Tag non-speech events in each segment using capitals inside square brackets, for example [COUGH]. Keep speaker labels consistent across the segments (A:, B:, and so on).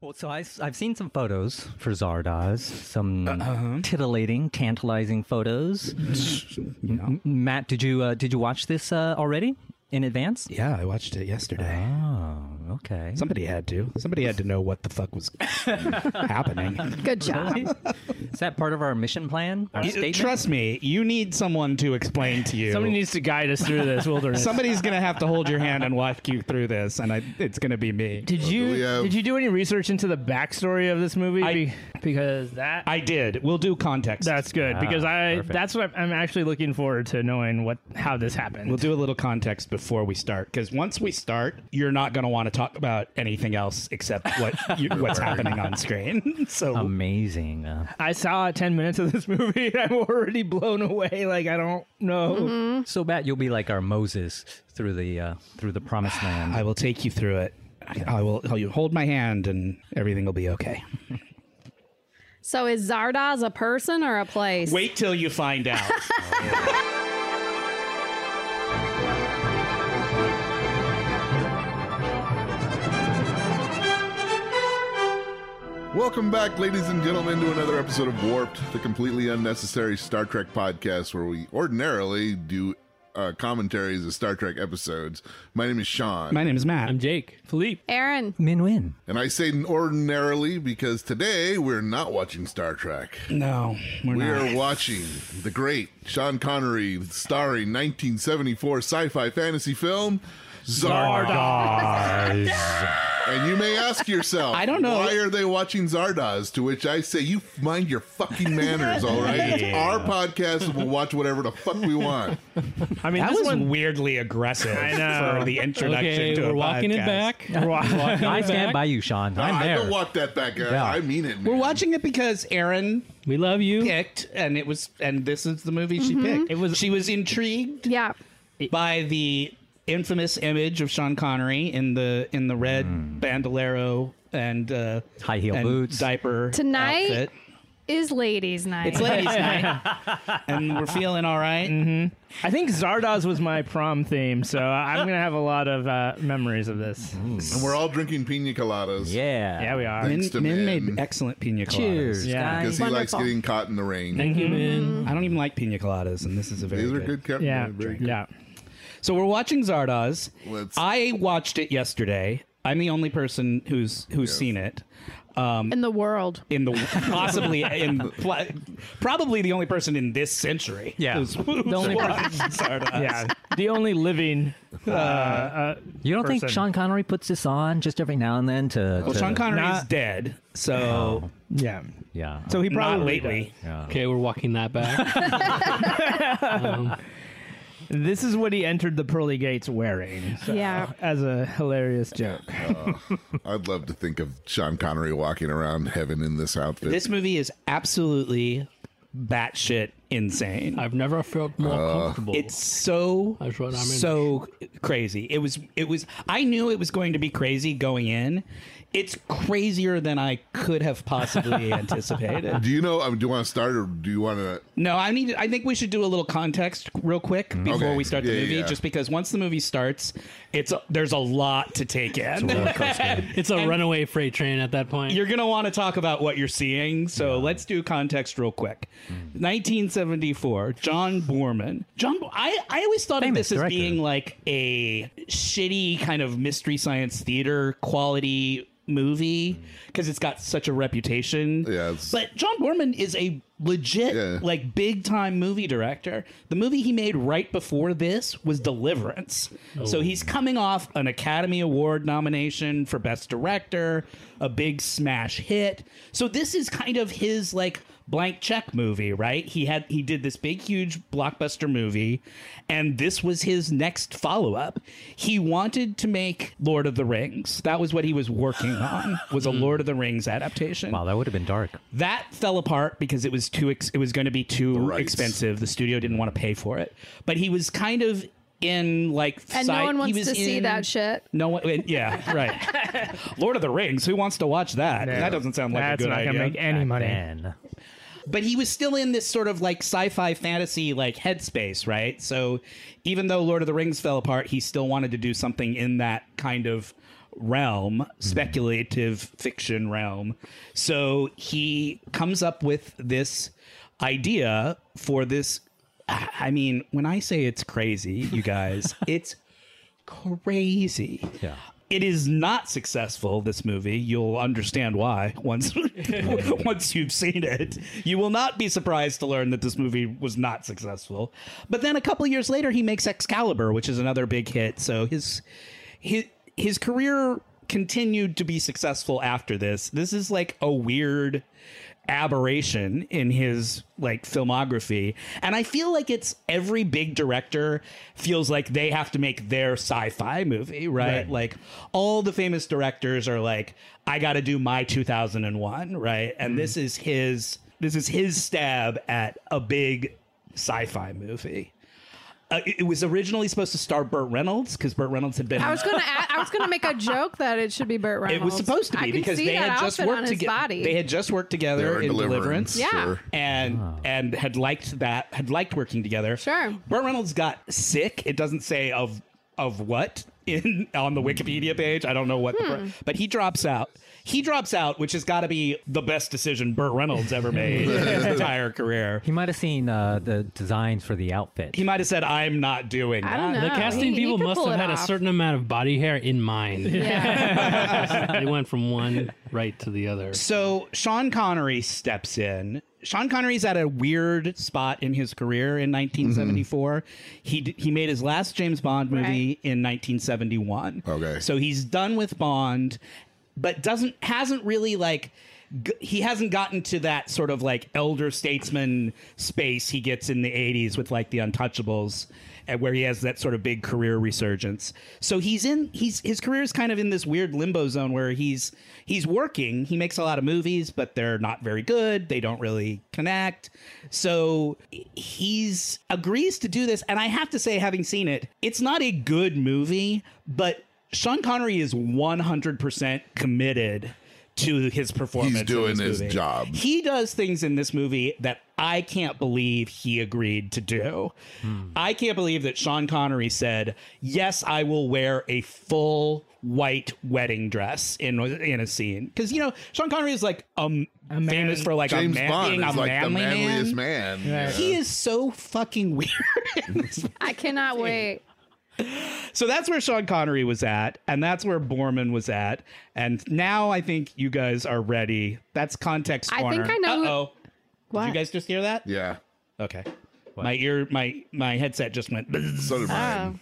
A: Well, so I, have seen some photos for Zardoz, some titillating, tantalizing photos. M-
B: Mm-hmm.
A: Matt, did you uh, did you watch this uh, already in advance?
B: Yeah, I watched it yesterday.
A: Oh, okay.
B: Somebody had to. Somebody had to know what the fuck was happening.
C: Good
A: [LAUGHS]
C: job.
A: Is that part of our mission plan? Our statement?
B: Trust me, you need someone to explain to you.
D: Somebody needs to guide us through this wilderness.
B: Somebody's gonna have to hold your hand and walk you through this, and I, it's gonna be me.
D: Did you
E: Leo.
D: did you do any research into the backstory of this movie?
B: I-
D: Be- because that
B: I did. We'll do context.
D: that's good. because I that's what I'm actually looking forward to knowing what how this happened.
B: We'll do a little context before we start, because once we start, you're not going to want to talk about anything else except what you, what's happening on screen. [LAUGHS] So
A: Amazing. Uh,
D: I saw 10 minutes of this [LAUGHS] movie and I'm already blown away. Like I don't know.
A: so, Matt, you'll be like our Moses through the uh, through the promised land.
B: I will take you through it. I will. You hold my hand, and everything will be okay.
C: So is Zardoz a person or a place?
B: Wait till you find out.
E: Welcome back, ladies and gentlemen, to another episode of Warped, the completely unnecessary Star Trek podcast where we ordinarily do uh, commentaries of Star Trek episodes. My name is Sean.
B: [LAUGHS] my name is Matt.
F: I'm Jake. Philippe.
C: Aaron.
A: Min Win.
E: and I say ordinarily because today we're not watching Star Trek.
B: no, we're
E: We
B: not.
E: are watching the great Sean Connery starring 1974 sci-fi fantasy film Zardoz. and you may ask yourself,
B: I don't know.
E: why are they watching Zardoz? To which I say, you f- mind your fucking manners, all right? It's our podcast, and we'll watch whatever the fuck we want.
D: I mean,
B: That
D: this
B: was
D: one
B: weirdly aggressive
D: I know.
B: for the introduction
F: Okay,
B: to a
F: we're walking
B: podcast.
F: it back. We're walking
A: I
F: it
A: stand
F: back.
A: by you, Sean. I'm
E: I don't
A: there.
E: walk that back. I, I mean it.
B: We're
E: man.
B: watching it because Aaron
F: We love you.
B: picked, and it was, and this is the movie she picked. It was. She was intrigued
C: Mm-hmm. Yeah.
B: by the infamous image of Sean Connery in the in the red bandolero and uh,
A: High heel
B: and
A: boots.
B: diaper
C: Tonight?
B: outfit.
C: Is ladies' night.
B: It's ladies' night,
C: [LAUGHS]
B: and we're feeling all right.
D: I think Zardoz was my prom theme, so I'm gonna have a lot of uh, memories of this.
E: and we're all drinking pina coladas.
A: Yeah.
D: Yeah, we are.
E: Thanks to
B: Min, Min
E: Min.
B: made excellent pina coladas.
A: Cheers.
D: Yeah.
A: guys.
E: Because he likes
C: Wonderful.
E: getting caught in the rain.
F: Thank you, man.
B: I don't even like pina coladas, and this is a very
E: These are good. company.
D: Yeah,
E: Very good.
D: yeah.
B: So we're watching Zardoz.
E: Let's-
B: I watched it yesterday. I'm the only person who's who's seen it
C: in the world.
B: in the possibly in pl- probably the only person in this century.
A: Yeah.
B: who's, who's
D: The only
B: watched
F: Uh,
B: Zardoz.
F: [LAUGHS]
D: Yeah, Uh, the only [LAUGHS] living.
A: You don't think
D: person.
A: Sean Connery puts this on just every now and then to?
B: Well,
A: to-
B: Sean Connery's
D: Not-
B: dead, so
D: Yeah.
A: Yeah.
D: So he probably
B: not lately.
D: does.
A: yeah.
F: Okay, we're walking that back.
D: This is what he entered the pearly gates wearing. so-
C: Yeah.
D: As a hilarious joke.
E: I'd love to think of Sean Connery walking around heaven in this outfit.
B: This movie is absolutely batshit insane.
F: I've never felt more comfortable.
B: It's so
F: That's what I mean.
B: so crazy. It was it was I knew it was going to be crazy going in. It's crazier than I could have
E: [LAUGHS]
B: possibly anticipated.
E: Do you know? um, Do you want to start, or do you want to?
B: No, I need I think we should do a little context real quick before
E: Mm-hmm. Okay.
B: we start the
E: Yeah,
B: movie
E: yeah.
B: just because once the movie starts, it's a, there's a lot to take in. [LAUGHS]
F: It's a runaway freight train at that point.
B: you're going to want to talk about what you're seeing. So let's do context real quick. 1974, John Borman. John, Bo- I, I always thought
A: Famous
B: of this as
A: director.
B: being like a shitty kind of mystery science theater quality movie because it's got such a reputation.
E: Mm. Yeah, it's-
B: But John Borman is a legit,
E: Yeah.
B: [LAUGHS] like, big time movie director. The movie he made right before this was Deliverance. So he's coming off an Academy Award nomination for Best Director, a big smash hit. So this is kind of his, like, blank check movie right he had he did this big huge blockbuster movie and this was his next follow-up he wanted to make lord of the rings that was what he was working on was a lord of the rings adaptation
A: Wow, that would have been dark.
B: that fell apart because it was too ex- it was going to be too
E: rights.
B: expensive. The studio didn't want to pay for it. But he was kind of in like
C: And
B: sci-
C: no one
B: he
C: wants
B: was
C: to see
B: in-
C: that shit.
B: No one, yeah, right.
C: [LAUGHS]
B: Lord of the Rings. Who wants to watch that? That doesn't sound like
D: That's
B: a good
D: not
B: idea.
D: gonna make any money.
A: Man.
B: But he was still in this sort of like sci-fi fantasy like headspace, right? So even though Lord of the Rings fell apart, he still wanted to do something in that kind of realm, speculative fiction realm. So he comes up with this idea for this. I mean, when I say it's crazy, you guys, it's crazy.
A: Yeah.
B: It is not successful. This movie, you'll understand why once [LAUGHS] once you've seen it. You will not be surprised to learn that this movie was not successful. But then a couple years later, he makes Excalibur, which is another big hit. So his his his career continued to be successful after this. This is like a weird aberration in his like filmography and i feel like it's every big director feels like they have to make their sci-fi movie right, like all the famous directors are like i got to do my 2001 right and this is his this is his stab at a big sci-fi movie uh, it, it was originally supposed to star Burt Reynolds because Burt Reynolds had been
C: I was gonna. add- I was gonna make a joke that it should be Burt Reynolds.
B: it was supposed to
C: I
B: be
C: can
B: because
C: see
B: they
C: that
B: had just
C: outfit on
B: worked
C: his
B: together.
C: body.
B: They had just worked
E: They
B: together
E: were
B: in Deliverance,
C: Yeah.
B: and and had liked that had liked working together.
C: Sure.
B: Burt Reynolds got sick. It doesn't say of of what [LAUGHS] in on the Wikipedia page. I don't know
C: Hmm.
B: what, the, pro- but he drops out. He drops out, which has got to be the best decision Burt Reynolds ever made in
C: [LAUGHS]
B: his entire career.
A: He might have seen uh, the designs for the outfit.
B: He might have said, "I'm not doing."
C: I don't
B: that."
C: know.
F: The casting
C: he- he
F: people
C: could
F: must
C: pull
F: have
C: it
F: had a
C: off.
F: certain amount of body hair
B: [LAUGHS]
F: in mind.
C: Yeah.
F: they went from one right to the other.
B: So Sean Connery steps in. Sean Connery's at a weird spot in his career in 1974. He d- he made his last James Bond movie
C: Right.
B: in 1971.
E: Okay.
B: So he's done with Bond, but doesn't hasn't really like g- he hasn't gotten to that sort of like elder statesman space he gets in the 80s with like the untouchables and where he has that sort of big career resurgence so he's in he's his career is kind of in this weird limbo zone where he's he's working he makes a lot of movies but they're not very good they don't really connect so he's agrees to do this and i have to say having seen it it's not a good movie but Sean Connery is 100% committed to his performance. in
E: doing
B: this
E: his
B: movie.
E: job.
B: He does things in this movie that I can't believe he agreed to do. I can't believe that Sean Connery said, "Yes, I will wear a full white wedding dress in in a scene." Cuz you know, Sean Connery is like um
D: man.
B: famous for like
E: James
B: a man,
E: Bond
B: being a
E: is like the
B: manly
E: manliest
B: man.
E: man.
B: He is so fucking [LAUGHS] weird. in this
C: I cannot wait.
B: So that's where Sean Connery was at, and that's where Borman was at, and now I think you guys are ready. That's context
C: I
B: corner.
C: think I know who-
B: Uh-oh.
C: What?
B: Did you guys just hear that?
E: Yeah.
B: Okay. My ear, my my headset just went. bzzz.
E: So did mine.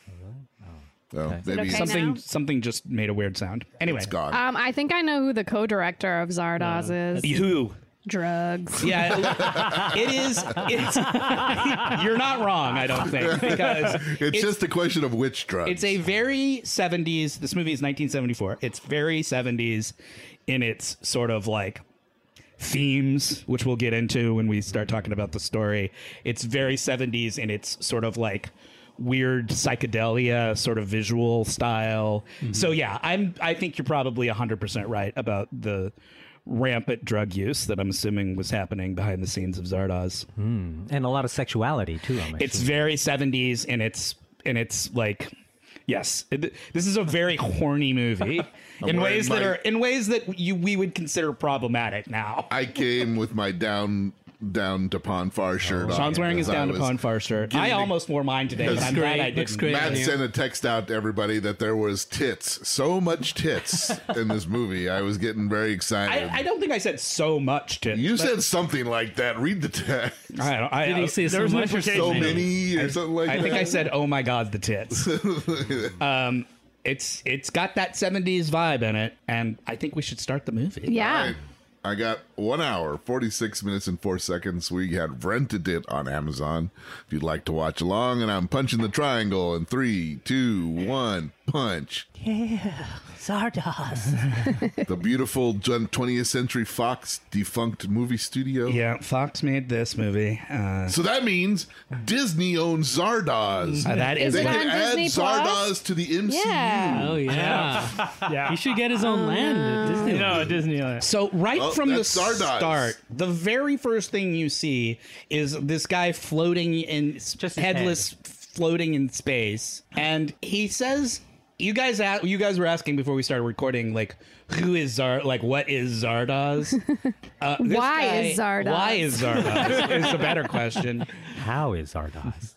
E: Oh, maybe something
C: okay now?
B: Something something just made a weird sound. Anyway,
E: gone.
C: Um, I think I know who the co-director of Zardoz
B: Uh,
C: is.
B: who?
C: Drugs.
B: Yeah, it is. It's, [LAUGHS] you're not wrong. I don't think because
E: it's, just a question of which drugs.
B: It's a very 70s. This movie is 1974. It's very 70s in its sort of like themes, which we'll get into when we start talking about the story. It's very 70s in its sort of like weird psychedelia sort of visual style. So yeah, I'm I think you're probably 100% right about the rampant drug use that I'm assuming was happening behind the scenes of Zardoz.
A: and a lot of sexuality, too. I'm
B: It's
A: assuming.
B: very 70s and it's and it's like yes, it- this is a
E: [LAUGHS]
B: very horny movie in
E: wearing
B: ways that
E: my-
B: are in ways that you we would consider problematic now.
E: I came with my down down to Pon Far shirt on.
B: Oh, Sean's wearing his
E: as I
B: down to
E: was-
B: Pon Far shirt. I almost wore mine today, but I'm glad
F: great,
B: I didn't.
F: looks great.
E: Matt
F: Yeah.
E: sent a text out to everybody that there was tits, so
B: [LAUGHS]
E: much tits in this movie. I was getting very excited.
B: I, I don't think I said so much to
E: you said something like that. Read the text.
B: I don't, I,
F: Did he say so
D: There's
F: much
E: [LAUGHS]
F: or
D: implication.
E: So
F: so many?
E: many or something like
B: I
E: that.
B: think I said, "Oh my God, the
E: [LAUGHS]
B: tits." um, it's it's got that '70s vibe in it, and I think we should start the movie.
C: Yeah.
E: Right. I got one hour, 46 minutes, and four seconds. We had rented it on Amazon if you'd like to watch along. And I'm punching the triangle in three, two, one, punch.
A: Zardoz.
E: The beautiful 20th Century Fox defunct movie studio.
B: Yeah, Fox made this movie. Uh,
E: So that means Disney owns Zardoz.
B: Mm-hmm. that is
E: They
C: it
E: can
C: on
E: add
C: Disney
E: Zardoz
C: Plus?
E: to the MCU.
C: Yeah.
F: Oh yeah,
D: Yeah.
F: [LAUGHS] he should get his own land at Disney. [LAUGHS]
D: No, Disneyland.
B: So right
E: Oh,
B: from the
E: that's Zardoz.
B: start, the very first thing you see is this guy floating in
A: Just his
B: headless, floating in space, and he says you guys, a- you guys were asking before we started recording, like who is Zar? Like what is
C: [LAUGHS]
B: Zardoz? Uh, this
C: Why is Zardoz?
B: Why is Zardoz? is the better question.
A: How is
D: [LAUGHS]
A: Zardoz?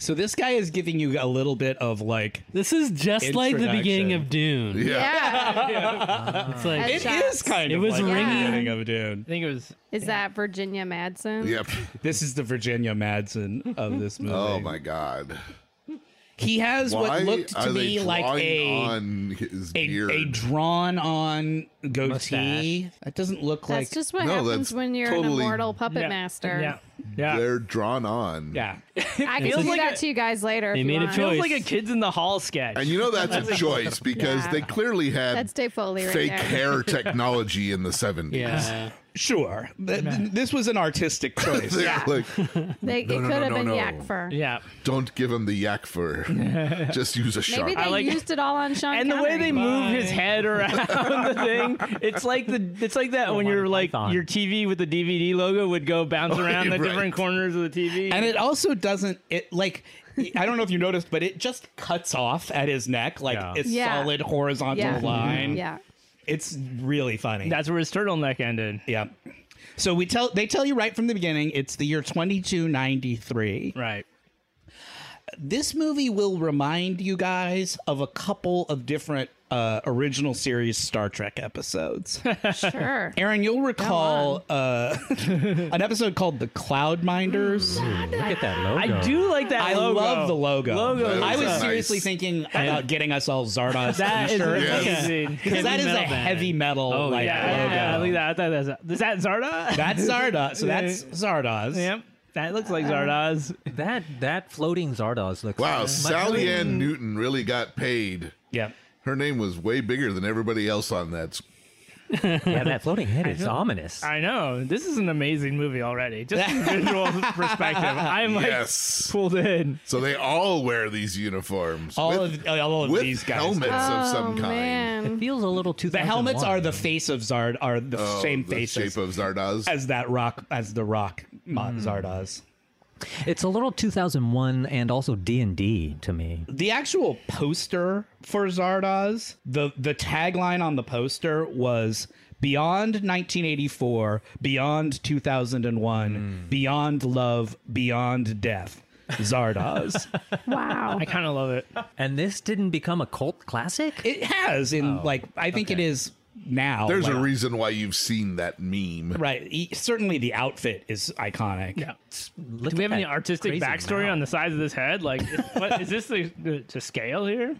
B: So this guy is giving you a little bit of like
F: This is just like the beginning of Dune.
E: Yeah.
C: Yeah.
B: [LAUGHS]
F: It's like
B: it
C: Shots.
B: is kind
F: It
B: of
F: was
B: like the
F: ringing.
B: beginning of Dune.
D: I think it was.
C: Is that Virginia Madsen?
E: Yep.
B: This is the Virginia Madsen of this movie.
E: Oh my god.
B: He has
E: Why
B: what looked to
E: are they
B: me like
E: drawing
B: a
E: on his
B: a,
E: beard?
B: a drawn on goatee. That doesn't look
C: That's
B: like
C: just what
E: No,
C: happens
E: that's
C: when you're an
E: totally-
C: immortal puppet
D: Yeah.
C: master.
D: Yeah. Yeah.
E: They're drawn on.
B: yeah.
C: I can
F: Feels
C: do
F: like
C: that
F: a-
C: to you guys later.
F: They
C: if you
F: made a
C: want.
F: choice.
D: Feels like a kids in the hall sketch.
E: And you know that's a choice because
C: Yeah.
E: they clearly had
C: That's Dave Foley right
E: fake
C: there. [LAUGHS]
E: hair technology in the 70s.
F: yeah.
B: Sure. Th- th- this was an artistic choice.
E: [LAUGHS] They're like,
C: They,
E: No,
C: it
E: no,
C: could
E: no,
C: have
E: no,
C: been
E: no.
C: yak fur.
D: yeah.
E: don't give him the
B: [LAUGHS]
E: yak fur. Just use a shark.
C: Maybe they
D: like-
C: used it all on Sean
D: And the way
C: Connery.
D: they move his head around the thing, it's like the it's like that when you're like
A: Python.
D: your TV with the DVD logo would go
B: Oh,
D: bounce around the
E: right.
D: different corners of the TV.
B: And it also doesn't it like I don't know if you noticed, but it just cuts off at his neck like
A: Yeah.
B: a
C: Yeah.
B: solid horizontal
C: Yeah.
B: line.
C: Yeah.
B: It's really funny.
D: That's where his turtleneck ended.
B: yeah. So we tell they tell you right from the beginning it's the year 2293.
D: Right.
B: This movie will remind you guys of a couple of different uh, original series Star Trek
D: [LAUGHS]
B: episodes.
C: Sure.
B: Aaron, you'll recall uh, an episode called The Cloudminders.
A: Look at that logo.
D: I do like Mm. that
B: I
D: logo.
B: love the logo.
D: Logo
E: That
D: is
B: I was
E: nice.
B: seriously thinking about getting us all Zardoz
D: That is
B: t-shirts.
E: Yes.
D: amazing.
B: Because that is a
F: metal band.
B: heavy metal
F: Oh,
B: like
D: Yeah,
B: logo.
D: yeah, look at that. I thought that was- Is that Zarda?
B: That's Zardoz. So
D: [LAUGHS]
B: that's Zardoz.
D: yep. That looks like Zardoz.
A: That that floating Zardoz looks.
E: wow,
A: much-
E: Sally Ann Newton really got paid.
B: Yep.
E: Her name was way bigger than everybody else on that. s-
A: Yeah, that floating head is ominous.
D: I know. This is an amazing movie already. Just from visual perspective. I'm like
E: Yes.
D: pulled in.
E: So they all wear these uniforms.
B: All
E: with,
B: of oh, all of
E: with
B: these guys.
E: helmets of
C: Oh,
E: some kind.
A: It
C: man.
A: feels a little too.
B: The helmets are the face of Zard are the
E: Oh,
B: same
E: the
B: faces
E: shape of Zardoz.
B: as that rock as the rock Mo-
D: Mm.
B: Zardoz.
A: It's a little 2001 and also D and D to me.
B: The actual poster for Zardoz, the the tagline on the poster was Beyond 1984, Beyond 2001,
E: Hmm.
B: Beyond Love, Beyond Death.
E: [LAUGHS]
B: Zardoz.
C: Wow.
D: I kind of love it.
A: And this didn't become a cult classic.
B: it has in like I think it is now.
E: Oh, There's
B: like-
E: a reason why you've seen that meme.
B: Oh, Right. E- certainly the outfit is iconic.
D: Yeah.
A: Look
D: Do we
A: at
D: have any
A: that
D: artistic
A: crazy
D: backstory
A: mouth.
D: on the size of this head? Like, is, what, is this the, the, to scale here?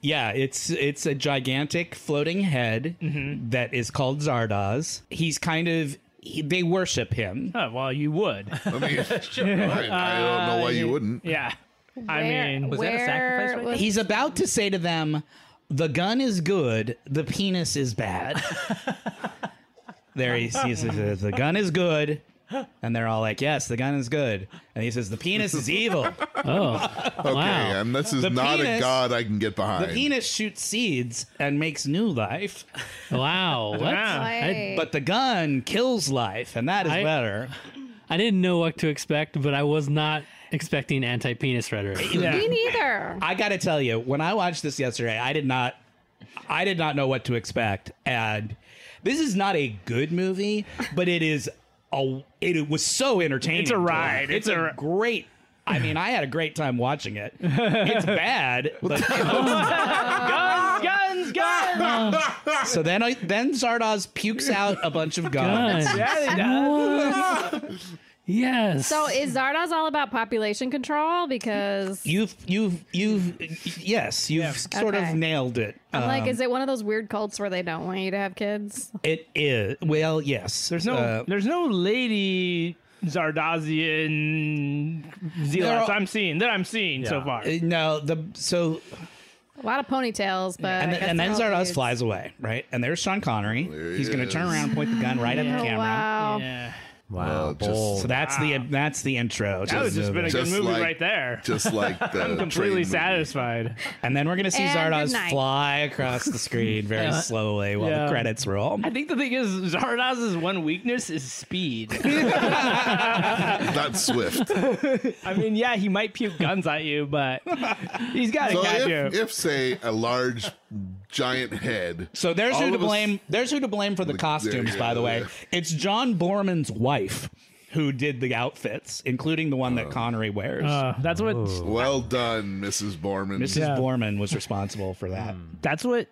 B: Yeah, it's it's a gigantic floating head
E: Mm-hmm.
B: that is called Zardoz. He's kind of he, they worship him.
D: Oh, well,
B: [LAUGHS]
D: you would.
E: I mean, I, I don't
B: Uh,
E: know why you wouldn't.
D: Yeah. I
C: Where-
D: mean,
A: Was that a
C: where
A: sacrifice right
C: was-
B: He's about to say to them, "The gun is good, the penis is bad." there he sees he says, "The gun is good." And they're all like, "Yes, the gun is good." And he says, "The penis is evil.
F: Oh.
E: Okay,
F: Wow.
E: and this is
B: The
E: not a
B: penis-
E: god I can get
B: The
E: behind.
B: penis shoots seeds and makes new life,
F: Wow. What?
D: Yeah.
F: I,
B: but the gun kills life, and that is
F: I-
B: better."
F: I didn't know what to expect, but I was not expecting anti penis rhetoric.
D: yeah.
C: Me neither.
B: I gotta tell you, when I watched this yesterday, I did not, I did not know what to expect, and this is not a good movie, but it is a, it was so entertaining.
D: It's a
B: to me.
D: ride.
B: It's,
D: It's
B: a,
D: a-
B: great. I mean, I had a great time watching it.
D: [LAUGHS]
B: It's bad, but
D: guns, guns,
E: Ah!
D: guns.
B: so then I, then Zardoz pukes out a bunch of guns.
C: [LAUGHS]
F: Guns.
D: yeah, he does.
F: Yes.
C: So is Zardoz all about population control? Because
B: You've you've you've yes, you've sort
C: Okay.
B: of nailed it.
C: I'm
B: Um,
C: like, is it one of those weird cults where they don't want you to have kids?
B: it is well, yes.
D: There's no,
B: Uh,
D: there's no lady Zardozian
B: They're
D: zealots
B: all-
D: I'm seeing that I'm seeing so
A: Yeah.
D: far.
B: no the so
C: A lot of ponytails, but
B: And,
C: I
B: then
C: guess
B: and
C: they're
B: then
C: all
B: Zardoz
C: dudes.
B: flies away, right? And there's Sean Connery.
E: There he
B: He's going to turn
E: is.
B: around, point the gun right at the
C: Oh,
B: camera.
C: wow.
D: Yeah.
E: Wow,
B: So that's the that's the intro. to
D: That would
B: the
D: just been a
B: movie.
D: good
E: Just
D: movie
E: like-
D: right there.
B: [LAUGHS]
E: just like the
D: I'm
E: train
D: completely
E: movie.
D: satisfied.
B: and then we're gonna see
C: And
B: Zardoz
C: good night.
B: fly across the
C: [LAUGHS]
B: screen very slowly while
D: Yeah.
B: the credits roll.
D: I think the thing is, Zardoz's one weakness is speed.
B: [LAUGHS]
E: Not swift.
D: I mean, yeah, he might puke guns at you, but he's got to
E: So
D: catch
E: if,
D: you.
E: if say a large giant head,
B: So there's
E: All
B: who to
E: of us-
B: blame. there's who to blame for the
E: Like,
B: costumes,
E: there-
B: by the way. It's John Borman's wife who did the outfits, including the one that Connery wears.
D: Uh, that's what
E: well done, Mrs. Borman.
B: Mrs. Borman was responsible for that.
E: Hmm.
D: That's what.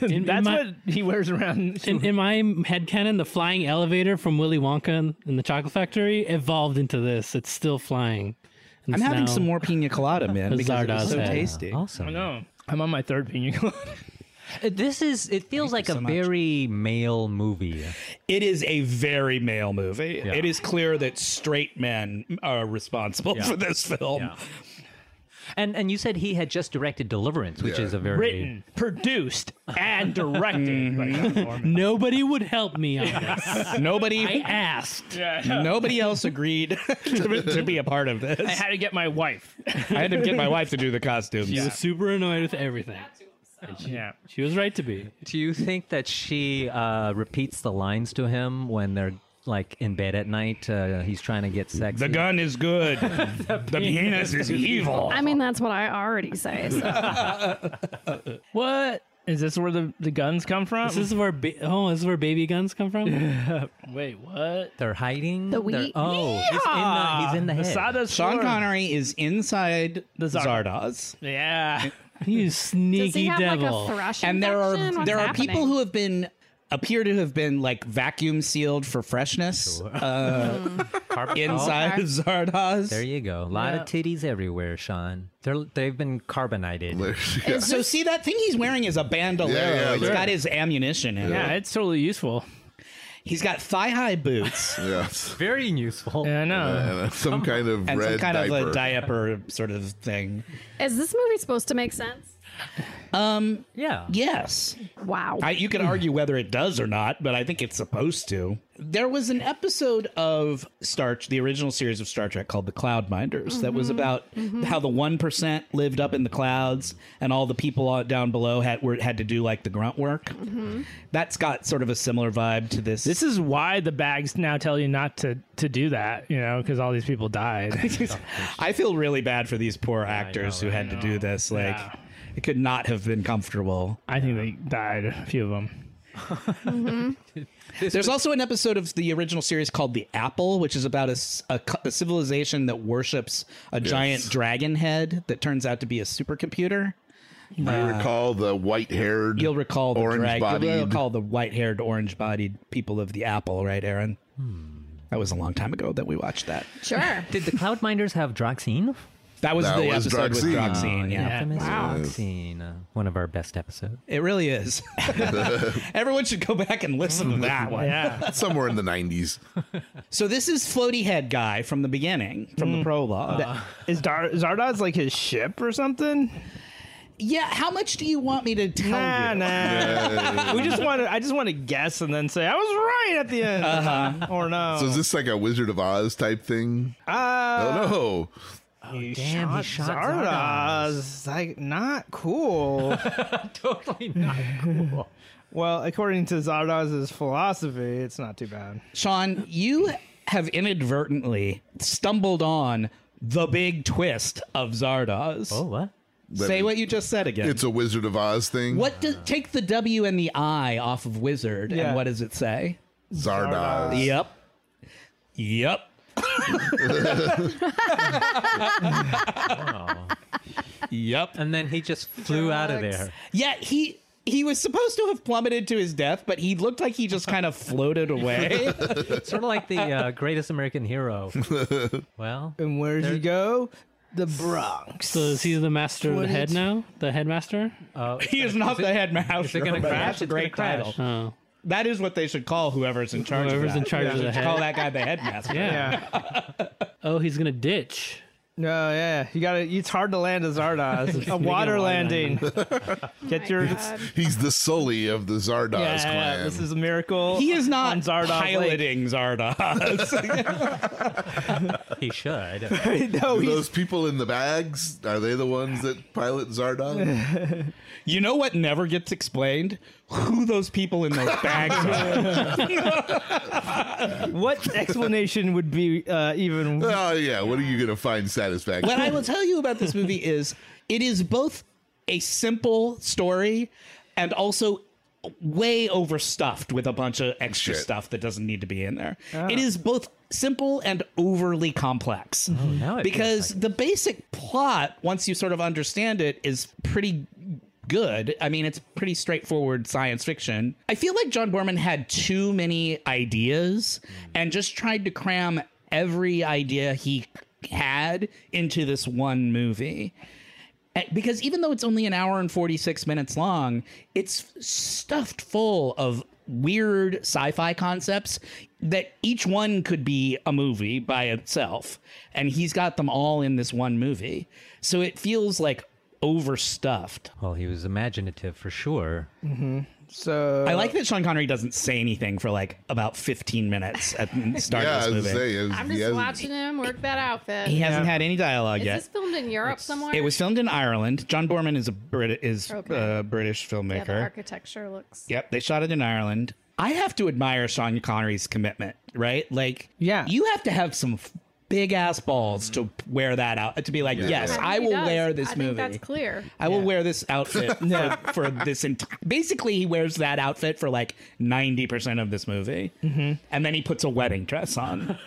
D: that's
F: my-
D: what he wears around.
F: In, in my headcanon, the flying elevator from Willy Wonka in the Chocolate Factory evolved into this. It's still flying. And
B: I'm
F: it's
B: having
F: now-
B: some more pina colada,
C: [LAUGHS]
B: man, because it was
F: Zardoz
B: so
F: head.
B: tasty.
A: Awesome.
D: no, I'm on my third pina colada.
A: Uh, This is. It feels like
B: you
A: a
B: so much.
A: very male movie.
B: It is a very male movie. It is clear that straight men are responsible for this film.
A: And and you said he had just directed Deliverance, which
E: Yeah.
A: is a very
D: [LAUGHS] Written, produced, and directed. by John
E: Mm-hmm.
D: Borman.
F: Nobody would help me
C: [LAUGHS]
F: on this. I
B: Nobody,
F: asked.
B: nobody else agreed [LAUGHS] to, be- to be a part of this.
D: I had to get my wife.
B: I had to get my wife to do the costumes.
F: She was super annoyed with everything.
D: Yeah.
F: She was right to be.
A: Do you think that she uh, repeats the lines to him when they're like in bed at night? Uh, he's trying to get sex.
B: The gun is good. [LAUGHS] the penis is evil.
C: I mean, that's what I already say.
B: [LAUGHS]
C: So.
D: What is this? Where the, the guns come from?
F: This is where ba- oh, this is where baby guns come
C: [LAUGHS]
F: from.
D: Wait, what?
A: They're hiding.
C: The
A: They're-
C: wheat-
A: oh, he's in the, he's in the head.
D: Sada's
B: Sean
D: floor.
B: Connery is inside the
D: Zardoz.
B: Zardoz.
D: Yeah.
F: You
C: Does he
F: sneaky
C: have
F: devil.
C: like a thrush
B: and there are
C: infection? What's
B: there are
C: happening?
B: people who have been appear to have been like vacuum sealed for freshness uh,
A: Carpet-
B: inside
C: Okay.
B: of Zardoz.
A: Oh, There you go. A lot of titties everywhere, Sean. They're they've been carbonated.
B: [LAUGHS]
E: [LAUGHS] Yeah.
B: so see that thing he's wearing is a bandolero.
E: Yeah, yeah,
B: It's
E: yeah.
B: got his ammunition in
D: Yeah,
B: it.
D: it's totally useful.
B: He's got thigh high boots
E: Yeah.
A: Very useful.
D: Yeah, I know.
E: And, uh, some kind of
B: and
E: red
B: some kind
E: diaper.
B: of a diaper sort of thing.
C: Is this movie supposed to make sense?
A: Yeah.
B: Yes.
C: Wow.
B: I, you can argue whether it does or not, but I think it's supposed to. There was an episode of Star, the original series of Star Trek called The Cloudminders, that was
E: Mm-hmm.
B: about how the one percent lived up in the clouds, and all the people out down below had were, had to do like the grunt work.
E: Mm-hmm.
B: That's got sort of a similar vibe to this.
D: This is why the bags now tell you not to to do that, you know, because all these people died.
B: [LAUGHS] I feel really bad for these poor actors
A: know,
B: who had to do this. Like, it could not have been comfortable.
D: I think they died, a few of them.
B: There's also an episode of the original series called The Apple, which is about a, s- a cu- a civilization that worships a giant dragon head that turns out to be a supercomputer.
E: Do you recall the white haired,
B: uh, You'll recall the
E: orange
B: drag- You'll
E: bodied.
B: recall the white-haired, orange-bodied people of the Apple, right, Aaron?
E: Hmm.
B: That was a long time ago that we watched that. [LAUGHS]
C: sure. Oh
A: Did the Cloudminders have Droxine?
B: That was
E: That
B: the
E: was
B: episode with
E: Droxine.
B: Droxine. yeah.
A: Infamous
C: Wow.
A: Droxine. Uh, one of our best episodes.
B: it really
E: [LAUGHS]
B: is. [LAUGHS] Everyone should go back and listen to that one.
D: Yeah.
E: Somewhere in
B: [LAUGHS]
E: the 90s.
B: So this is Floaty Head guy from the beginning, from the prologue.
D: [LAUGHS] is Dar- Zardoz like his ship or something?
B: yeah, how much do you want me to tell you?
D: Nah, nah. we just want to. I just want to guess and then say I was right at the end, uh-huh. or no.
E: So is this like a Wizard of Oz type thing?
D: uh,
E: oh
A: Damn, he shot
D: Zardoz, like not cool.
A: Totally not.
D: [LAUGHS] well, according to Zardoz's philosophy, it's not too bad.
B: Sean, you have inadvertently stumbled on the big twist of Zardoz.
A: Oh, what?
E: no.
B: Say what you just said again.
E: It's a Wizard of Oz thing.
B: what does take the W and the I off of wizard
D: Yeah.
B: and what does it say?
E: Zardoz.
B: Yep. Yep. yep.
A: And then he just flew out of there.
B: Yeah, he he was supposed to have plummeted to his death, but he looked like he just kind of floated away. [LAUGHS]
A: sort of like the uh, greatest American hero. Well,
D: And where'd you go? The Bronx.
F: [LAUGHS] So is he the master of the
D: What
F: head
D: it-
F: now? The headmaster?
B: he is not the headmaster.
A: it gonna
B: but
A: crash?
B: That's a
A: It's gonna
B: great
A: crash.
D: [LAUGHS]
B: title.
F: Oh.
B: That is what they should call whoever's in charge.
F: Whoever's
B: of that.
F: in charge of the
B: Call
F: head.
B: that guy the headmaster.
F: Yeah.
D: yeah.
F: Oh, he's gonna ditch.
D: No, yeah, you got to It's hard to land a Zardoz. a water landing. Get your.
C: God.
B: [LAUGHS]
E: He's the Sully of the Zardoz
D: Yeah,
E: clan.
D: this is a miracle.
B: He is not
D: on Zardoz Lake.
B: piloting Zardoz. [LAUGHS]
A: He should.
D: no,
E: Are
D: he's
E: those people in the bags are they the ones that pilot Zardoz?
B: you know what never gets explained? Who those people in those [LAUGHS] bags are.
D: [LAUGHS] What explanation would be uh, even?
E: [LAUGHS] oh yeah, what are you gonna find satisfaction?
B: what I will tell you about this movie is it is both a simple story and also way overstuffed with a bunch of extra
E: Shit.
B: stuff that doesn't need to be in there. It is both simple and overly complex.
A: now it
B: because the basic plot, once you sort of understand it, is pretty good. I mean, it's pretty straightforward science fiction. I feel like John Borman had too many ideas and just tried to cram every idea he had into this one movie. Uh, Because even though it's only an hour and 46 minutes long, it's stuffed full of weird sci fi concepts that each one could be a movie by itself. And he's got them all in this one movie. So it feels like overstuffed.
A: Well, he was imaginative for sure.
D: So
B: I
E: Uh,
B: like that Sean Connery doesn't say anything for like about 15 minutes
E: [LAUGHS]
B: at the start
E: yeah, I
B: of
E: was
B: this
E: gonna
B: movie.
E: say, it was-
C: I'm
E: he
C: just
E: hasn't-
C: watching him work that outfit.
B: He hasn't had any dialogue
C: Is
B: yet.
C: this filmed in Europe somewhere?
B: It was filmed in Ireland. John Borman is a Brit- is
C: Okay.
B: a British
C: Yeah,
B: filmmaker.
C: the architecture looks.
B: Yep, they shot it in Ireland. I have to admire Sean Connery's commitment, right? Like,
D: Yeah.
B: you have to have some big ass balls to wear that out. To be like, yes,
C: mean,
B: I
C: he
B: will
C: does.
B: wear this
C: I
B: movie.
C: Think that's clear.
B: I will wear this outfit for, for this entire. Basically, he wears that outfit for like ninety percent of this movie, and then he puts a wedding dress on.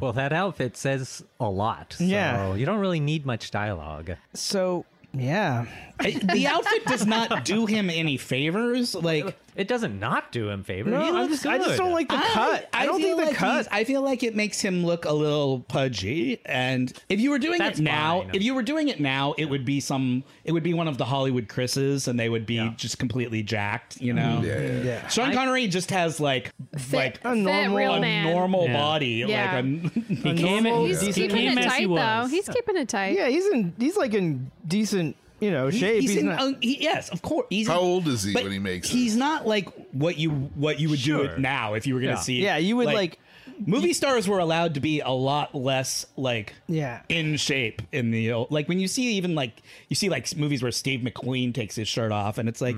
A: Well, that outfit says a lot. So
D: Yeah.
A: You don't really need much dialogue.
D: so. Yeah,
B: I- the outfit does not do him any favors. Like,
A: It doesn't not do him favor.
D: No,
A: He
D: I'm
A: looks
D: just- I just
A: good.
D: don't like the cut. I, don't
B: feel
D: think the
B: like
D: cut.
B: he's- I feel like it makes him look a little pudgy. And if you were doing
A: That's
B: it now,
A: fine.
B: if you were doing it now, it would be some. It would be one of the Hollywood Chris's, and they would be just completely jacked. You know.
E: Mm, Yeah.
D: yeah,
B: Sean Connery just has like like
D: a
C: Fit
D: normal-
C: real
B: a
C: man.
B: normal
F: Yeah.
B: body,
C: Yeah.
B: like a
F: He came in.
C: Oh, He's
F: he
C: keeping
F: came
C: it
F: as he
C: tight though.
F: was.
C: He's keeping it tight.
D: yeah. He's in. He's like in decent, you know, shape.
B: [LAUGHS] He's, in,
D: not,
B: uh, he- yes, of course. He's
E: How
B: in-
E: old is he
B: but
E: when he makes
B: He's
E: it?
B: not like what you what you would do it now if you were going to
A: Yeah.
B: see. it.
D: Yeah, you would, like-
B: movie stars were allowed to be a lot less like
D: Yeah.
B: in shape in the old like when you see even like you see like movies where Steve McQueen takes his shirt off and it's like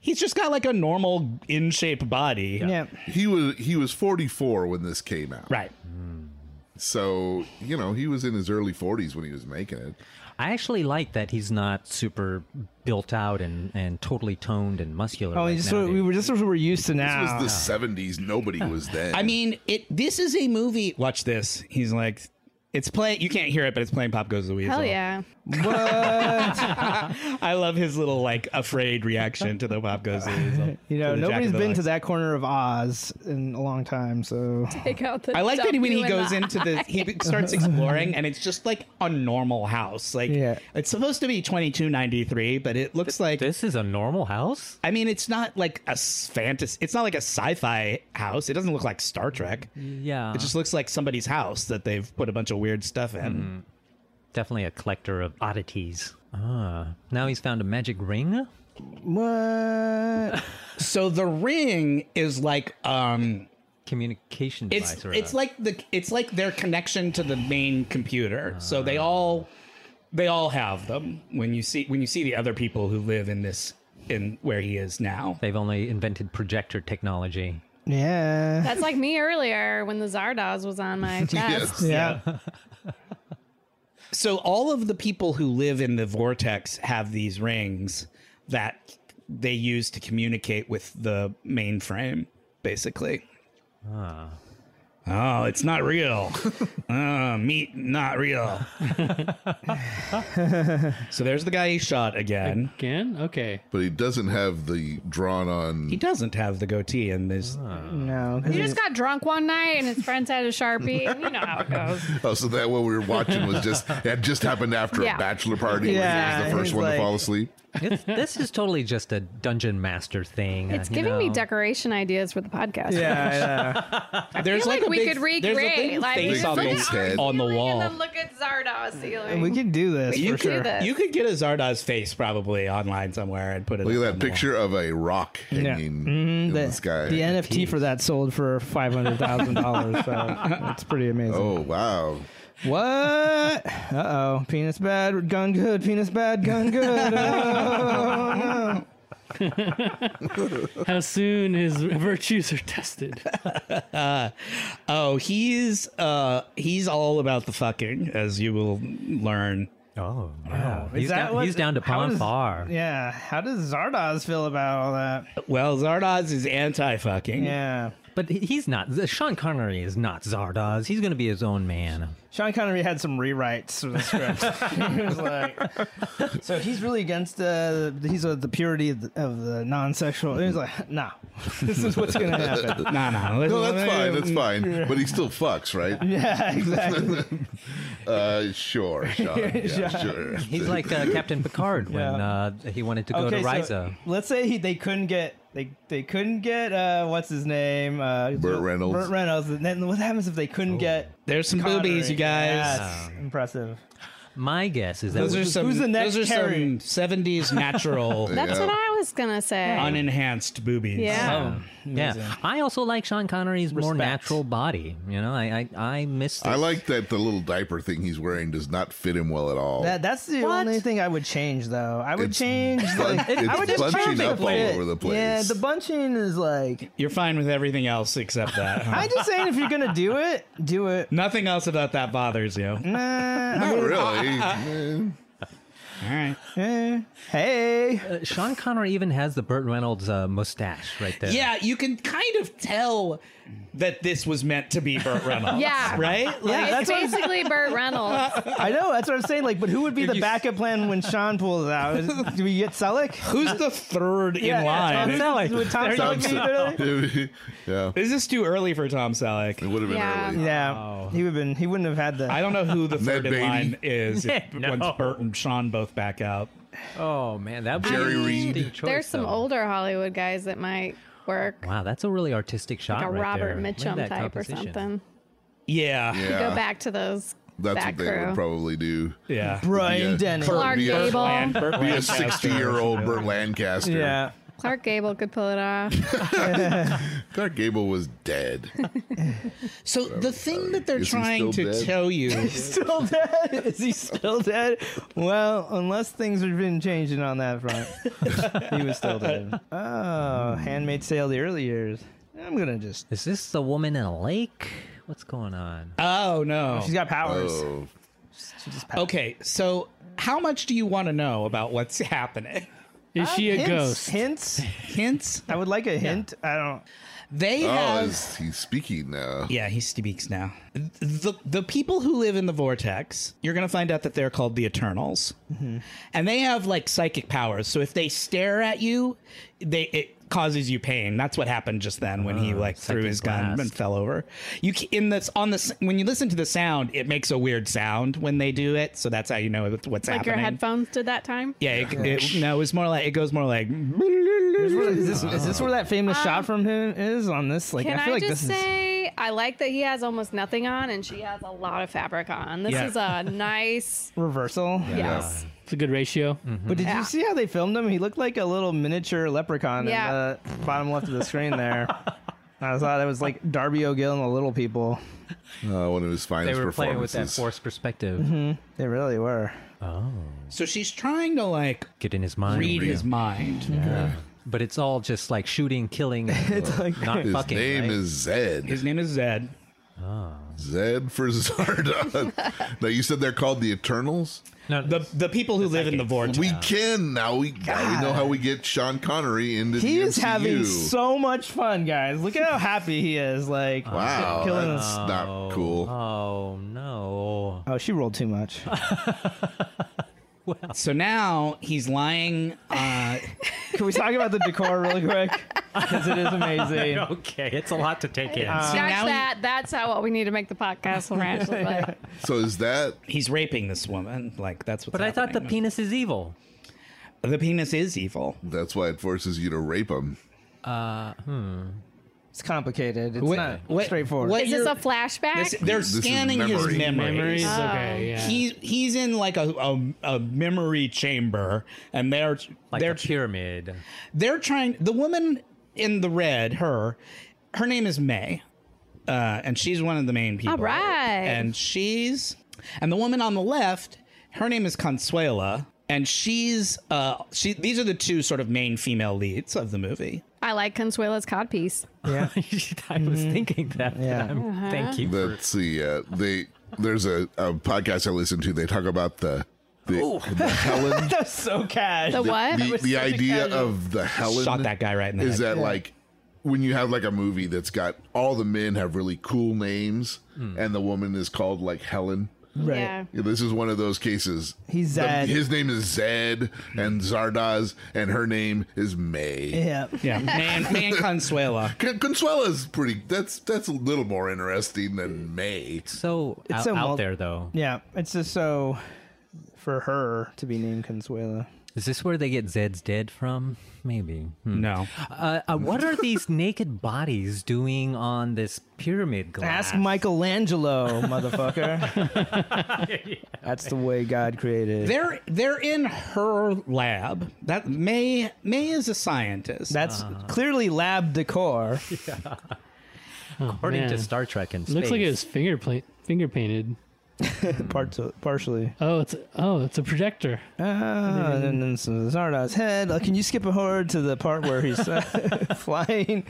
B: he's just got like a normal in shape body.
D: yeah,
E: He was he was 44 when this came out.
B: Right.
E: So, you know, he was in his early 40s when he was making it.
A: I actually like that he's not super built out and, and totally toned and muscular.
D: Oh,
A: like
D: just what, we
A: nowadays.
D: were just what we're used to
E: This
D: now.
E: was the 70s. Nobody was then.
B: I mean, it. This is a movie. Watch this. He's like, it's playing. You can't hear it, but it's playing. Pop goes the weasel. [LAUGHS]
C: Hell yeah.
B: I love his little like afraid reaction to the Bob Goes the Weasel.
D: [LAUGHS] you know,
B: To the Jack
D: nobody's
B: in the
D: been to
B: Box.
D: that corner of Oz in a long time. So
C: Take out the
B: I like that when
C: W
B: he
C: and
B: goes
C: the
B: into the he [LAUGHS] starts exploring and it's just like a normal house. Like
D: Yeah.
B: it's supposed to be twenty two ninety three, but it looks like
A: This is a normal house?
B: I mean it's not like a s- fantasy. It's not like a sci fi house. It doesn't look like Star Trek.
A: Yeah.
B: It just looks like somebody's house that they've put a bunch of weird stuff in.
A: Definitely a collector of oddities. Ah. Now he's found a magic ring?
D: what?
B: So the ring is like um
A: Communication
B: It's
A: device. or
B: it's
A: a-
B: like the it's like their connection to the main computer. so they all they all have them when you see when you see the other people who live in this in where he is now.
A: They've only invented projector technology.
D: Yeah,
C: [LAUGHS] That's like me earlier when the Zardoz was
E: [LAUGHS]
C: on my chest.
E: [LAUGHS] yes.
D: yeah.
B: So all of the people who live in the vortex have these rings that they use to communicate with the mainframe basically. Oh, it's not real. uh, meat, not real. so there's the guy he shot again.
F: Again? Okay.
E: But he doesn't have the drawn on.
B: He doesn't have the goatee in this.
E: Ah.
D: No, 'cause
C: He
D: it's-
C: just got drunk one night and his friends had a sharpie. And you know how it goes.
E: Oh, so
C: [LAUGHS]
E: that what we were watching was just, that just happened after
C: Yeah.
E: a bachelor party where he
D: Yeah,
E: was the first
D: he's
E: one
D: like-
E: to fall asleep.
A: It's, this is totally just a dungeon master thing. uh,
C: It's
A: you
C: giving me
A: know.
C: decoration ideas for the
D: [LAUGHS]
C: podcast. [LAUGHS]
D: Yeah,
B: There's
C: feel like
B: a
C: we
B: big,
C: could recreate,
B: there's a big
C: like,
B: face
E: just
B: on,
E: look
B: the-
E: at our Head.
B: on the wall.
C: And then look at Zardoz
D: yeah. we
C: ceiling.
D: can do this
B: you
D: for
B: could
D: sure.
C: this.
B: you could get a Zardoz face probably online somewhere and put it.
E: Look
B: up
E: at
B: on
E: that
B: the wall.
E: picture of a rock
D: Yeah.
E: hanging
D: Mhm,
E: in
D: the,
E: the, sky.
D: the NFT for that sold for five hundred thousand dollars. so that's pretty amazing.
E: oh wow!
D: What? Uh oh. Penis bad, gun good. Penis bad, gun good. Oh, no.
F: How soon his [LAUGHS] virtues are tested.
B: Oh, he's uh he's all about the fucking, as you will learn.
A: Oh, wow.
D: Is
A: He's,
D: that
A: down,
D: what-
A: he's down to
D: how
A: pawn
D: does-
A: far.
D: Yeah. How does Zardoz feel about all that?
B: Well, Zardoz is anti-fucking.
D: Yeah.
A: But he- he's not. Sean Connery is not Zardoz. He's going to be his own man.
D: Sean Connery had some rewrites of
B: [LAUGHS]
D: the script. [LAUGHS] he was like, so he's really against uh, he's uh, the purity of the, of the non-sexual. And he's like, nah, [LAUGHS] this is what's
B: [LAUGHS]
D: gonna happen.
B: No, no,
E: [LAUGHS] No, that's fine. That's fine. But he still fucks, right?
D: yeah, exactly.
E: [LAUGHS] Uh, sure,
D: [LAUGHS]
E: Sean. Yeah, sure.
A: He's like uh, Captain Picard when uh, he wanted to go
D: Okay,
A: to
D: so
A: Ryza.
D: let's say he, they couldn't get they they couldn't get uh, what's his name uh,
E: Burt Reynolds.
D: Burt Reynolds. And then what happens if they couldn't get
B: There's some
D: Connery?
B: boobies, you guys. Oh.
D: Yeah, it's impressive.
A: My guess is that
B: Those are
D: Who's
B: some.
D: the next
B: those are
D: Carrie?
B: some '70s
E: [LAUGHS]
B: natural,
C: That's
E: Yeah.
C: what I was gonna say.
B: unenhanced boobies.
C: Yeah.
A: Oh, yeah. I also like Sean Connery's more
B: Respect.
A: natural body. You know, I I, I miss. This.
E: I like that the little diaper thing he's wearing does not fit him well at all.
D: That that's the
A: What?
D: only thing I would change though. I would
E: It's
D: change
E: bun-
D: like
E: it's
D: I would just
E: bunching
D: change the
E: up all
D: fit.
E: over the place.
D: Yeah, the bunching is like
B: You're fine with everything else except that. huh?
D: I'm just saying, if you're gonna do it, do it.
B: Nothing else about that bothers you. All
D: Nah, [LAUGHS]
E: Not really.
B: right.
D: eh, hey,
A: Uh, Sean Connery even has the Burt Reynolds uh, mustache right there.
B: Yeah, you can kind of tell that this was meant to be Burt [LAUGHS] Reynolds.
C: Yeah.
B: Right? Like,
D: yeah, that's what I'm,
C: Basically, Burt Reynolds.
D: I know. That's what I'm saying. Like, but who would be the
A: you-
D: backup plan when Sean pulls out? Is- Do we get Selleck?
B: who's the third in
D: Yeah,
B: line?
D: Tom Selleck. Would Tom Selleck be there?
E: [LAUGHS] yeah,
B: Is this too early for Tom Selleck?
E: it would have been
C: Yeah.
E: early.
D: Yeah, he would have been. He wouldn't have had the.
B: I don't know who the third in
E: Beatty.
B: line is [LAUGHS] if-
A: No.
B: once Burt and Sean both back out.
A: Oh man, that would
E: Jerry
A: be an
E: Reed.
A: interesting choice,
C: There's some
A: though.
C: older Hollywood guys that might work,
A: Wow, that's a really artistic shot.
C: like a
A: right
C: Robert
A: there. Look at
C: Mitchum
A: that
C: type or
A: composition.
C: something.
B: Yeah. Yeah.
E: Yeah.
C: Go back to those.
E: That's
C: that
E: what they
C: crew.
E: would probably do.
D: Brian
E: Yeah.
D: Denny.
E: Clark-
C: Clark
E: Be a-
C: Gable.
B: Land- Burt
E: Be a
B: Lancaster.
E: sixty-year-old Burt Lancaster.
D: Yeah.
C: Clark Gable could pull it off.
E: Clark Gable was dead.
B: So the thing that they're
E: Is he
B: trying
E: still
B: to
E: dead?
B: tell
E: [LAUGHS]
B: you
D: Still dead? Is he still dead? Well, unless things have been changing on that front, he was still dead. Oh, Handmaid's Tale, the early years. I'm gonna just.
A: Is this the woman in a lake? What's going on?
B: Oh no.
D: She's got powers.
E: Oh,
B: Okay, so how much do you want to know about what's [LAUGHS] happening?
F: Is she a
D: hints,
F: ghost?
D: Hints.
B: Hints?
D: I would like a hint. I don't.
B: They
E: oh
B: have
E: is he speaking now?
B: Yeah, he speaks now. The the people who live in the vortex, you're going to find out that they're called the Eternals. And they have like psychic powers. So if they stare at you, they it causes you pain. That's what happened just then when he like threw
A: psychic
B: his gun
A: blast.
B: and fell over. You ca- in this on this when you listen to the sound, it makes a weird sound when they do it. So that's how you know what's
C: like your
B: happening.
C: headphones did that time.
B: Yeah, it, it, no, it's more like it goes more like. [LAUGHS]
D: Is this, is this where that famous shot from him is on this? Like,
C: Um, Can
D: I
C: I,
D: feel like
C: just
D: this is.
C: say, I like that he has almost nothing on and she has a lot of fabric on. This
B: Yeah.
C: is a
D: [LAUGHS]
C: [LAUGHS] nice,
D: Reversal,
C: yes.
F: It's a good ratio.
C: Mm.
D: but did
C: Yeah.
D: you see how they filmed him? He looked like a little miniature leprechaun
C: Yeah.
D: in the bottom left of the screen there. I thought it was like Darby O'Gill and the Little People.
E: Uh, one of his
A: They
E: finest
A: were playing with
E: performances.
A: that forced perspective.
C: Mm-hmm.
D: They really were.
B: So she's trying to like
A: Get in his mind.
B: read his mind.
A: But it's all just like shooting,
C: [LAUGHS]
A: killing, not
E: His
A: fucking.
E: name
A: right?
E: is Zed.
B: His name is Zed.
E: Zed for [LAUGHS] Zarda. now you said they're called the Eternals.
A: no,
B: The the people who live in the vortex.
E: We can now. We now we know how we get Sean Connery into
D: He
E: the
D: is
E: MCU.
D: having so much fun, guys. Look at how happy he is. Like,
E: wow,
D: killing
E: that's
D: us.
E: not cool.
A: Oh no!
D: Oh, she rolled too much.
B: So now he's lying. Uh,
D: Can we talk about the decor really quick? Because it is amazing.
A: [LAUGHS] Okay, it's a lot to take in.
B: now
C: Scratch
B: he-
C: that. That's how what we need to make
D: [LAUGHS]
C: the podcast ranch look like.
E: So is that
B: he's raping this woman. Like that's what.
A: but I thought the penis is evil.
B: The penis is evil.
E: That's why it forces you to rape them.
D: It's complicated. It's
B: Wait,
D: not
B: wait,
D: straightforward.
B: wait.
C: Is this
B: You're-
C: a Oh. flashback? Um,
B: This- they're
E: This is
B: scanning
E: memory.
B: his memories.
F: Memories. Okay. Yeah.
B: He he's in like a, a a memory chamber, and they're
G: Like
B: they're
G: a pyramid.
B: they're trying the woman in the red her her name is may uh, and she's one of the main people
C: All right.
B: and she's and the woman on the left her name is consuela and she's uh she these are the two sort of main female leads of the movie
C: I like Consuela's codpiece.
G: Yeah. I was thinking that. but
D: Yeah.
A: Um,
G: I'm-
C: Uh-huh.
G: Thank you. For,
E: Let's see. Uh, they there's a, a podcast I listen to. They talk about the the, the Helen.
D: That's [LAUGHS] so cash.
C: The what?
E: The, the
D: such a
E: idea
D: casual-
E: of the Helen
B: shot that guy right in the
E: is
B: head
E: that like when you have like a movie that's got all the men have really cool names
B: Hmm.
E: and the woman is called like Helen.
D: Right.
C: Yeah.
E: Yeah, This is one of those cases.
D: He's
E: The-
D: Zed.
E: his name is Zed and Zardoz, and her name is May.
D: yeah.
B: yeah man man consuela
E: Con- Consuela's pretty. That's that's a little more interesting than May.
G: so out,
D: so
G: out
D: mul-
G: there though.
D: Yeah. It's just so for her to be named Consuela.
G: Is this where they get Zed's dead from? Maybe. Hmm.
B: no
G: Uh, uh, what are these [LAUGHS] naked bodies doing on this pyramid glass?
D: Ask
F: [LAUGHS]
D: Michelangelo, motherfucker. That's the way God created. it.
B: they're they're in her lab that may may is a scientist
D: That's
F: Uh-huh.
D: clearly lab
F: [LAUGHS]
D: decor.
G: According to
F: man.
G: Star Trek in space.
F: Looks like it was finger pla- finger painted.
D: Part partially.
F: Oh, it's oh, it's a projector.
D: Ah, and then, some Zardoz head. Uh, can you skip forward to the part where he's uh, [LAUGHS] flying?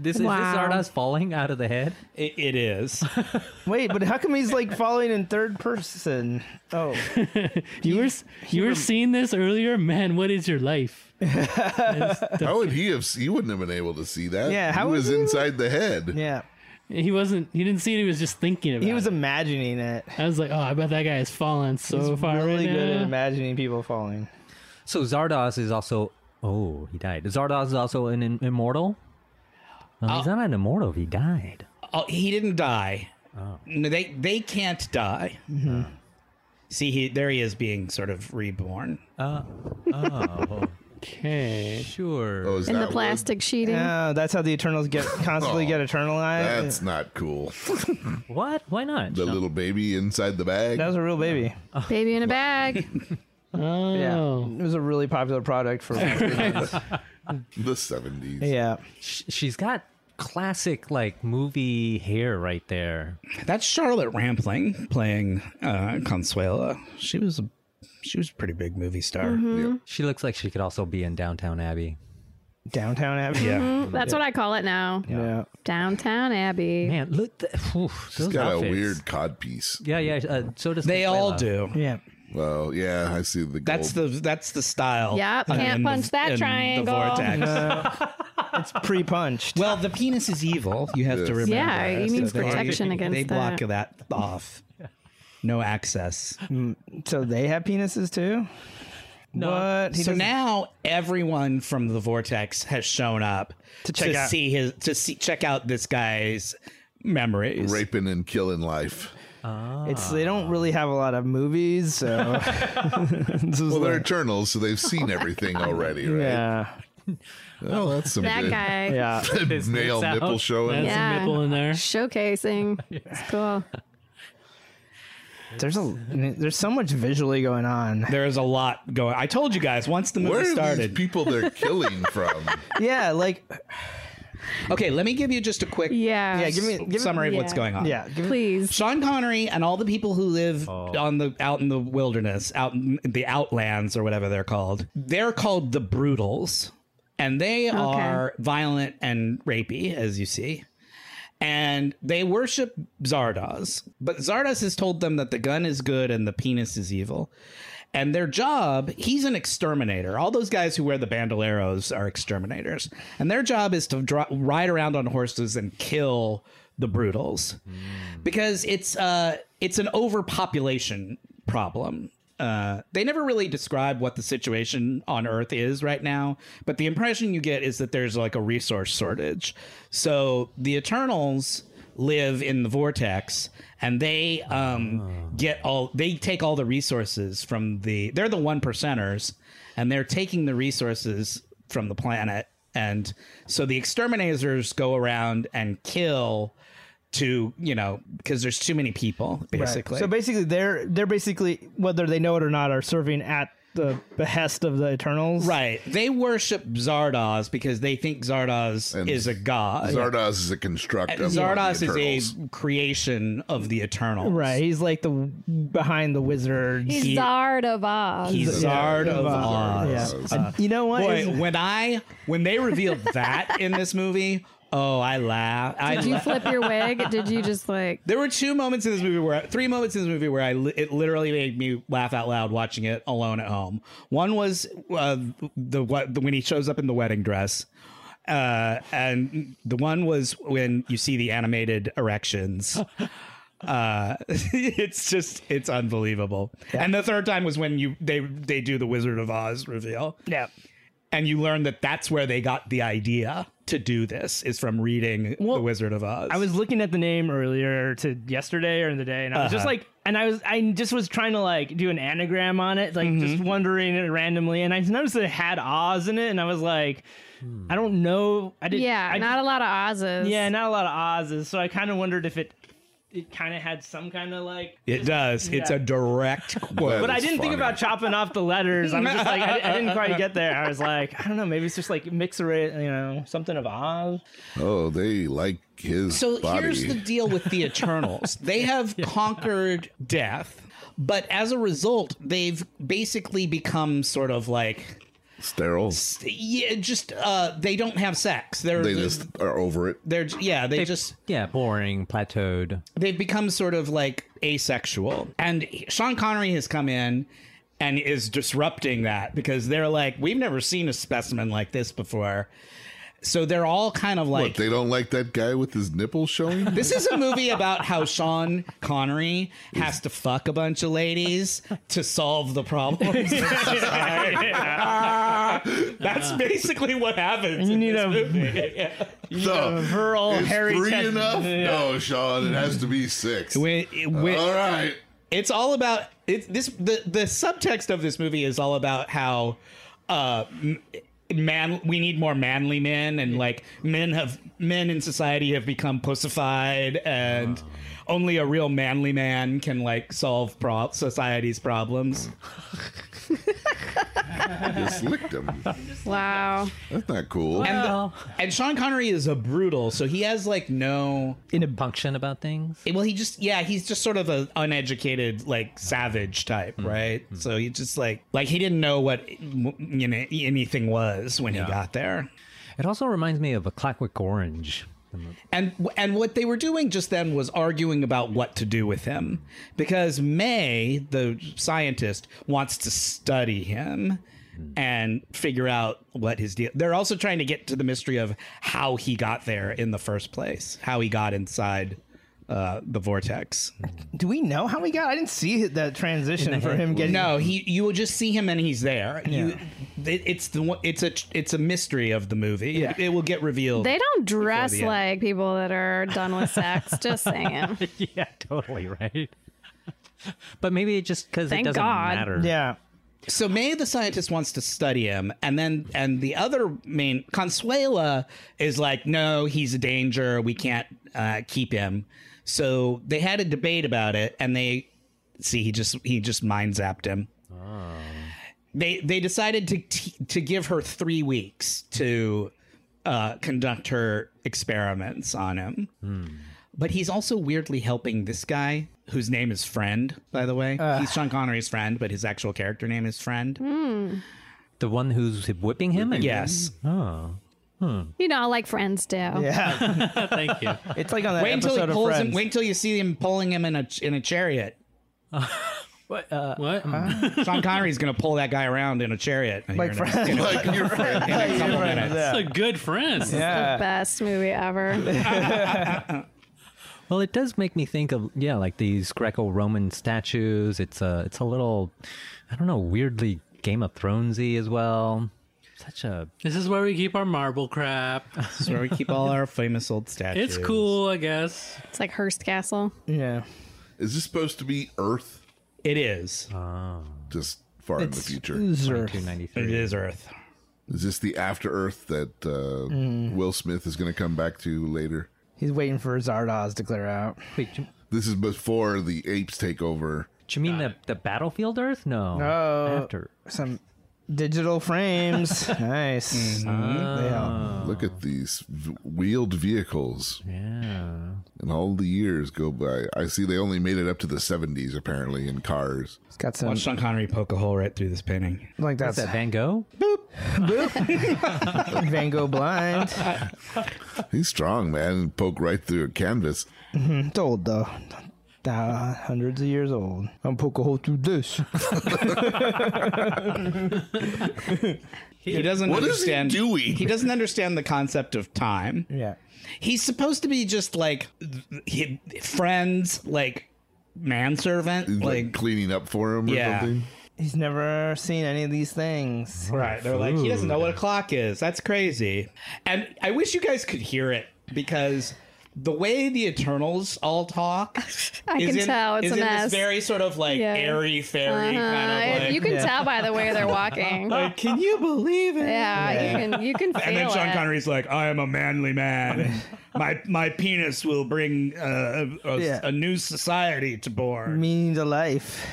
G: This is
C: Wow.
G: this Zardoz falling out of the head?
B: It- it is
D: Wait, but how come he's like following in third person? Oh,
F: [LAUGHS] You were s- you were seeing this earlier, man. What is your life?
E: How
D: [LAUGHS]
E: would he have? He wouldn't have been able to see that.
D: Yeah, how
E: he
D: would
E: was
D: you-
E: inside the head.
D: yeah.
F: He wasn't. He didn't see it. He was just thinking about.
D: He was
F: it.
D: imagining it.
F: I was like, oh, I bet that guy is falling so
D: he's
F: far
D: really
F: right
D: good at
F: now.
D: imagining people falling.
G: So Zardoz is also. Oh, he died. Zardoz is also an im- immortal. Well, he's not an immortal. if He died.
B: Oh, he didn't die. No, they they can't die. See, he there he is being sort of reborn.
F: Okay.
G: Sure.
E: Oh, is
C: In
E: that
C: the
E: what-
C: plastic sheeting.
D: Yeah, Uh, that's how the Eternals
E: [LAUGHS]
D: get constantly
E: Oh,
D: get eternalized.
E: That's
D: [LAUGHS]
E: not cool.
G: What? Why not?
E: the little baby inside the bag.
D: that was a real baby.
C: Baby in a bag.
D: [LAUGHS]
F: Oh.
D: It was a really popular product for.
E: [LAUGHS] the seventies.
D: yeah.
G: Sh- She's got classic like movie hair right there.
B: That's Charlotte Rampling playing uh, Consuela. She was a she was a pretty big movie star.
C: Mm-hmm.
G: She looks like she could also be in Downtown Abbey.
D: Downtown Abbey.
B: Yeah,
C: That's what I call it now.
D: Yeah.
C: Downtown Abbey.
G: Man, look. The, whew,
E: He's
G: those
E: got a
G: outfits.
E: weird codpiece.
G: Yeah, yeah. Uh, so does
B: they all
G: Consuela.
B: do.
D: Yeah.
E: Well, yeah, I see the.
B: That's
E: gold.
B: the that's the style.
C: Yep,
B: uh,
C: can't
B: in the-
C: punch that
B: in the
C: triangle.
B: vortex.
C: [LAUGHS]
D: It's pre-punched.
B: Well, the penis is evil. You have to remember.
C: Yeah,
B: that.
C: he needs
B: they-
C: protection against
B: They block
C: that.
B: that off. No access.
D: so they have penises too. No. What? He
B: so
D: doesn't-
B: now everyone from the vortex has shown up to
D: check out-
B: see his to see check out this guy's memories.
E: raping and killing life.
D: It's they don't really have a lot of movies,
E: [LAUGHS]
D: so [LAUGHS] this is
E: Well, they're
D: like,
E: eternals, so they've
D: [LAUGHS]
E: seen everything already, right?
D: yeah,
E: Oh, that's some
C: That
E: good. [LAUGHS]
C: guy.
D: yeah.
E: Male
G: out.
E: nipple showing.
F: That's
C: Yeah.
F: a nipple in there.
C: Showcasing. It's cool.
D: There's a there's so much visually going on.
B: There is a lot going. I told you guys once the movie
E: Where are
B: started.
E: these
D: [LAUGHS]
E: people they're killing from?
D: Yeah, like
B: okay, let me give you just a quick
C: Yeah.
D: yeah. Give me give me,
B: summary of what's
C: yeah.
B: going on.
D: yeah. Give me,
C: Please.
B: Sean Connery and all the people who live on the out in the wilderness, out in the outlands or whatever they're called. They're called the Brutals, and they are violent and rapey, as you see. And they worship Zardoz, but Zardoz has told them that the gun is good and the penis is evil. And their job, he's an exterminator. All those guys who wear the bandoleros are exterminators. And their job is to dri ride around on horses and kill the brutals because it's uh it's an overpopulation problem. Uh, they never really describe what the situation on Earth is right now, but the impression you get is that there's like a resource shortage. So the Eternals live in the vortex, and they um, get all they take all the resources from the. They're the one percenters, and they're taking the resources from the planet. And so the exterminators go around and kill to you know because there's too many people basically.
D: So basically, they're they're basically whether they know it or not are serving at the behest of the Eternals.
B: Right. They worship Zardoz because they think Zardoz
E: And
B: is a god.
E: Zardoz is a construct of
B: Zardoz
E: the Eternals.
B: is a creation of the Eternals.
D: Right. He's like the behind the wizards.
C: He's Zard of Oz.
B: He's Zard of Oz.
D: Yeah. And you know what?
B: Boy,
D: It's-
B: when I when they revealed that in this movie, oh, I laugh. I
C: [LAUGHS] Did you
B: laugh.
C: flip your wig? Did you just like?
B: There were two moments in this movie where three moments in this movie where I li- it literally made me laugh out loud watching it alone at home. One was uh, the what the, when he shows up in the wedding dress, uh, and the one was when you see the animated
D: [LAUGHS]
B: erections. Uh, [LAUGHS] it's just it's unbelievable. And the third time was when you they they do the Wizard of Oz reveal
D: yeah.
B: and you learn that that's where they got the idea to do this is from reading the Wizard of Oz.
D: I was looking at the name earlier to yesterday or in the day, and I was just
B: Uh-huh.
D: like, and I was, I just was trying to like do an anagram on it, like
B: Mm-hmm.
D: just wondering it randomly, and I just noticed that it had Oz in it, and I was like, I don't know, I didn't,
C: Yeah,
D: I,
C: not a lot of Oz's.
D: yeah, not a lot of Oz's, so I kind of wondered if it, it kind of had some kind of like.
B: It does. It's
D: Yeah.
B: a direct quote.
D: But I
E: That's
D: didn't think
E: funny.
D: about chopping off the letters. I'm just like I, I didn't quite get there. I was like, I don't know, maybe it's just like mixer it, you know, something of Oz.
E: Oh, they like his
B: so
E: body.
B: here's the deal with the Eternals.
E: [LAUGHS]
B: they have conquered death, but as a result, they've basically become sort of like
E: Sterile.
B: yeah, just uh they don't have sex. They're
E: They just are over it.
B: they're yeah, they just
G: Yeah, boring, plateaued.
B: they've become sort of like asexual. And Sean Connery has come in and is disrupting that because they're like, we've never seen a specimen like this before. So they're all kind of like
E: What, they don't like that guy with his nipples showing?
B: This is a movie about how Sean Connery has to fuck a bunch of ladies to solve the
D: [LAUGHS]
B: problems. of society. That's basically what happens.
D: You
B: in
D: need
B: this
D: a-
B: movie. [LAUGHS] Yeah.
D: [LAUGHS]
E: No.
D: Rural
E: Is
D: Harry
E: three
D: Ted-
E: enough? No, Sean, it has to be six.
B: When- when-
E: All right.
B: it's all about it's this the the subtext of this movie is all about how uh m- man we need more manly men and like men have men in society have become pussified and only a real manly man can like solve pro- society's problems
E: Just licked him.
C: Wow.
E: That's not cool.
B: and the-
G: Well.
B: and Sean Connery is a brutal so he has like no
G: Impunction about things.
B: well he just yeah he's just sort of a uneducated like savage type right so he just like like he didn't know what you know anything was when he got there
G: It also reminds me of a Clockwork Orange.
B: and and what they were doing just then was arguing about what to do with him because may the scientist wants to study him and figure out what his deal they're also trying to get to the mystery of how he got there in the first place how he got inside uh, the vortex
D: Do we know how he got? I didn't see that transition for him getting.
B: No, he. You will just see him and he's there. You, it, it's the one- it's a it's a mystery of the movie.
D: Yeah.
B: It, it will get revealed.
C: They don't dress
B: the end.
C: like people that are done with sex.
B: [LAUGHS]
C: Just saying.
G: yeah, totally right. but maybe it just because it
C: Thank
G: doesn't
C: God.
G: matter.
D: Yeah.
B: so May the scientist wants to study him, and then and the other main Consuela is like, no, he's a danger. We can't uh, keep him. So they had a debate about it, and they see he just he just mind zapped him. They they decided to t- to give her three weeks to uh, conduct her experiments on him. But he's also weirdly helping this guy, whose name is Friend, by the way. he's Sean Connery's friend, but his actual character name is Friend.
G: The one who's whipping him? And
B: Yes.
C: You know, like friends do.
D: Yeah.
F: Thank you.
D: It's like on that
B: Wait until he
D: episode of
B: pulls him.
D: Friends.
B: Wait until you see him pulling him in a in a chariot.
G: Uh,
F: What?
B: Sean Connery's gonna pull that guy around in a chariot.
D: like
B: Here in a-
D: Friends.
B: in a
E: Like your friend.
B: couple
D: Friends,
B: minutes.
F: That's a good friend.
D: Yeah.
C: Best
B: [LAUGHS]
C: movie ever.
G: Well, it does make me think of yeah, like these Greco-Roman statues. It's a it's a little, I don't know, weirdly Game of Thronesy as well.
A: Such a
F: This is where we keep our marble
G: [LAUGHS]
F: crap.
B: That's where we keep all our famous old statues.
F: It's cool, I guess.
C: It's like
B: [LAUGHS]
C: Hearst Castle.
D: Yeah.
E: Is this supposed to be Earth?
B: It is.
E: Just far in the future.
D: Zer.
A: two ninety three.
B: It is Earth.
E: Is this the after Earth that uh, Will Smith is going to come back to later?
D: He's waiting for Zardoz to clear out.
A: Wait, do you,
E: This is before the apes take over.
A: do you mean the, the battlefield Earth? No.
D: Oh.
A: After.
D: Some digital
B: [LAUGHS]
D: frames. nice.
B: Mm-hmm.
D: Yeah.
E: Look at these v- wheeled vehicles,
A: Yeah.
E: and all the years go by. I see they only made it up to the '70s apparently in cars.
D: It's got some
B: Watch Sean Connery poke a hole right through this painting.
D: like
A: Is
D: that's
A: that Van Gogh?
D: [LAUGHS] Van Gogh blind.
E: He's strong, man. Poke right through a canvas.
D: It's old though. Uh, hundreds of years old. I'm poke a hole through this.
B: He doesn't
E: What is he
B: understand.
E: doing?
B: He doesn't understand the concept of time.
D: [LAUGHS] Yeah.
B: He's supposed to be just like th- he, friends, like manservant,
E: He's, like,
B: like
E: cleaning up for him or
B: Yeah.
E: something.
D: He's never seen any of these things.
B: Right. They're like, he doesn't know what a clock is. That's crazy. And I wish you guys could hear it because the way the Eternals all talk.
C: [LAUGHS] I
B: is
C: can
B: in-
C: tell it's
B: is
C: a
B: in
C: mess.
B: This very sort of like
C: Yeah.
B: airy fairy kind
C: Uh,
B: of like.
C: you can tell by the way
B: [LAUGHS]
C: they're walking.
B: like, can you believe it?
C: yeah, you can you can feel
B: [LAUGHS] And then Sean
C: it.
B: Connery's like, I am a manly man. my my penis will bring uh, a, a-
D: Yeah.
B: a new society to born.
D: Meaning to life.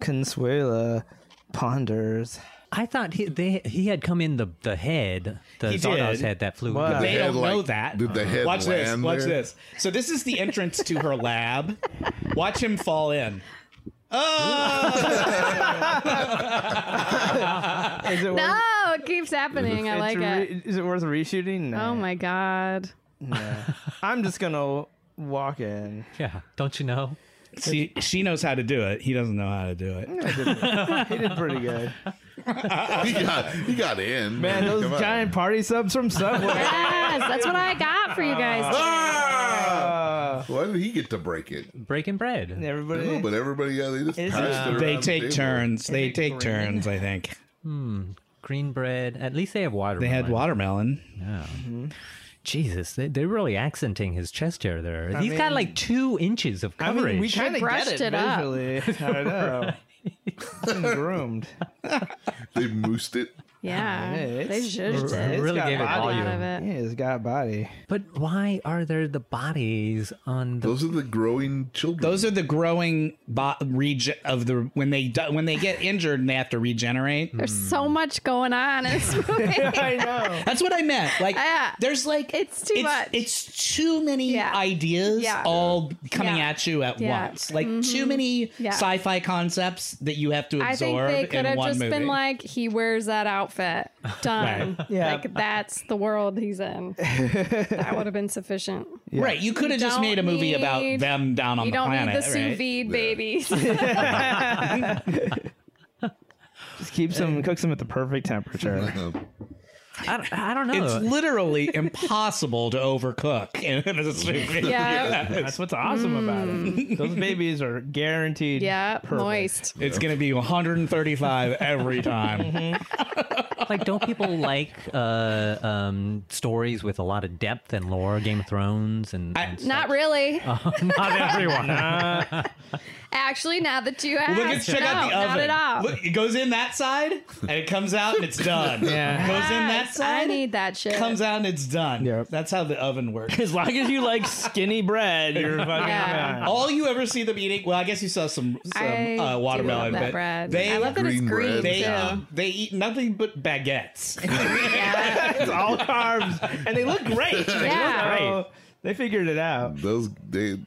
D: Consuela ponders.
A: I thought he they he had come in the the head, the
B: He
A: Zardoz
B: did.
A: head that flew.
D: Wow.
E: The
B: They
E: head,
B: don't know
E: like,
B: that.
E: Did the head
B: Watch this.
E: land
B: Watch
E: there?
B: this. So this is the entrance to her lab. Watch him fall in.
D: Is it
C: [LAUGHS] No, it keeps happening. I like it.
D: Is it worth reshooting? No.
C: Oh my god.
D: I'm just gonna walk in.
A: Yeah, don't you know?
B: See, she knows how to do it. He doesn't know how to do it.
D: He did pretty [LAUGHS] good.
E: He got, he got in.
D: Man, those
E: Come on.
D: giant party subs from Subway.
C: [LAUGHS] Yes, that's what I got for you guys.
B: [LAUGHS]
D: Uh,
E: Why did he get to break it?
A: Breaking bread.
E: I don't know,
D: everybody.
E: but everybody else, they just
D: Is
E: passed
D: it-
E: it
B: They
E: around the
B: take
E: table.
B: turns. They take
D: green.
B: turns. I think
A: Green bread. At least they have water.
B: they had watermelon.
A: Jesus, they, they're really accenting his chest hair there. He's got
D: mean-
A: like two inches of
D: I
A: coverage.
D: mean, we kind of
C: brushed
D: get it,
C: it up.
D: visually.
B: [LAUGHS]
D: I know. Been groomed.
E: They moosed it.
C: Yeah,
D: It's-
C: they zhuzhed
D: it's
C: it.
A: really
D: got
A: gave it
D: body.
A: volume.
C: Out of it.
D: Yeah, it's got body.
A: but why are there the bodies on the?
E: Those are the growing children.
B: Those are the growing bo- reg- of the when they di- when they get injured and they have to regenerate.
C: There's so much going on
B: [LAUGHS]
C: in this movie.
D: I know.
B: That's what I meant. Like
C: Yeah.
B: there's like
C: Uh, It's too
B: it's,
C: much.
B: It's too many
C: Yeah.
B: ideas
C: Yeah.
B: all coming
C: Yeah.
B: at you at
C: Yeah. Mm-hmm.
B: once. Like too many
C: Yeah.
B: sci-fi concepts that you have to
C: I think
B: absorb
C: they could
B: in
C: have
B: one
C: just
B: movie.
C: been like, he wears
B: [LAUGHS]
C: that outfit. Done.
D: Yeah.
C: Like, that's the world he's in. [LAUGHS] that would have been sufficient.
B: Right, you could have
C: You
B: just made a
C: don't
B: movie about
C: need-
B: them down on
C: you
B: the
C: don't
B: planet.
C: need the sous
B: right?
C: vide
B: [LAUGHS]
C: babies.
D: Just keeps them, cooks them at the perfect temperature.
A: I, don't- I don't know.
B: It's [LAUGHS] literally impossible to overcook [LAUGHS] in a sous vide.
C: yeah.
D: [LAUGHS] That's what's awesome about it. [LAUGHS] Those babies are guaranteed.
C: Yeah.
D: perfect.
C: Moist.
B: It's going to be 135 [LAUGHS] every time.
A: [LAUGHS] like don't
B: [LAUGHS]
A: people like uh, um, stories with a lot of depth and lore game of thrones and,
B: I-
A: and
C: Not really.
B: Uh.
A: stuff? not
C: [LAUGHS]
A: everyone
C: Actually, now that you asked,
B: Look, at check
C: no,
B: out the oven.
C: not at all.
B: Look, it goes in that side and it comes out and it's done.
D: Yeah.
B: Goes in that
C: Yes, I
B: side.
C: need that shit.
B: comes out and it's done.
D: Yep.
B: That's how the oven works.
D: As long as you like skinny bread, you're fucking
C: Yeah.
D: fine.
B: [LAUGHS] All you ever see them eating, well, I guess you saw some, some
C: I
B: uh,
C: do
B: watermelon,
C: love that
B: but
C: bread.
B: they
C: I love that it's
E: Green
C: green
E: bread.
B: they, uh,
C: too.
E: Yeah.
B: they eat nothing but baguettes. [LAUGHS]
C: yeah.
D: It's all carbs, and they look great.
C: Yeah.
D: So they figured it out.
E: [LAUGHS] Those they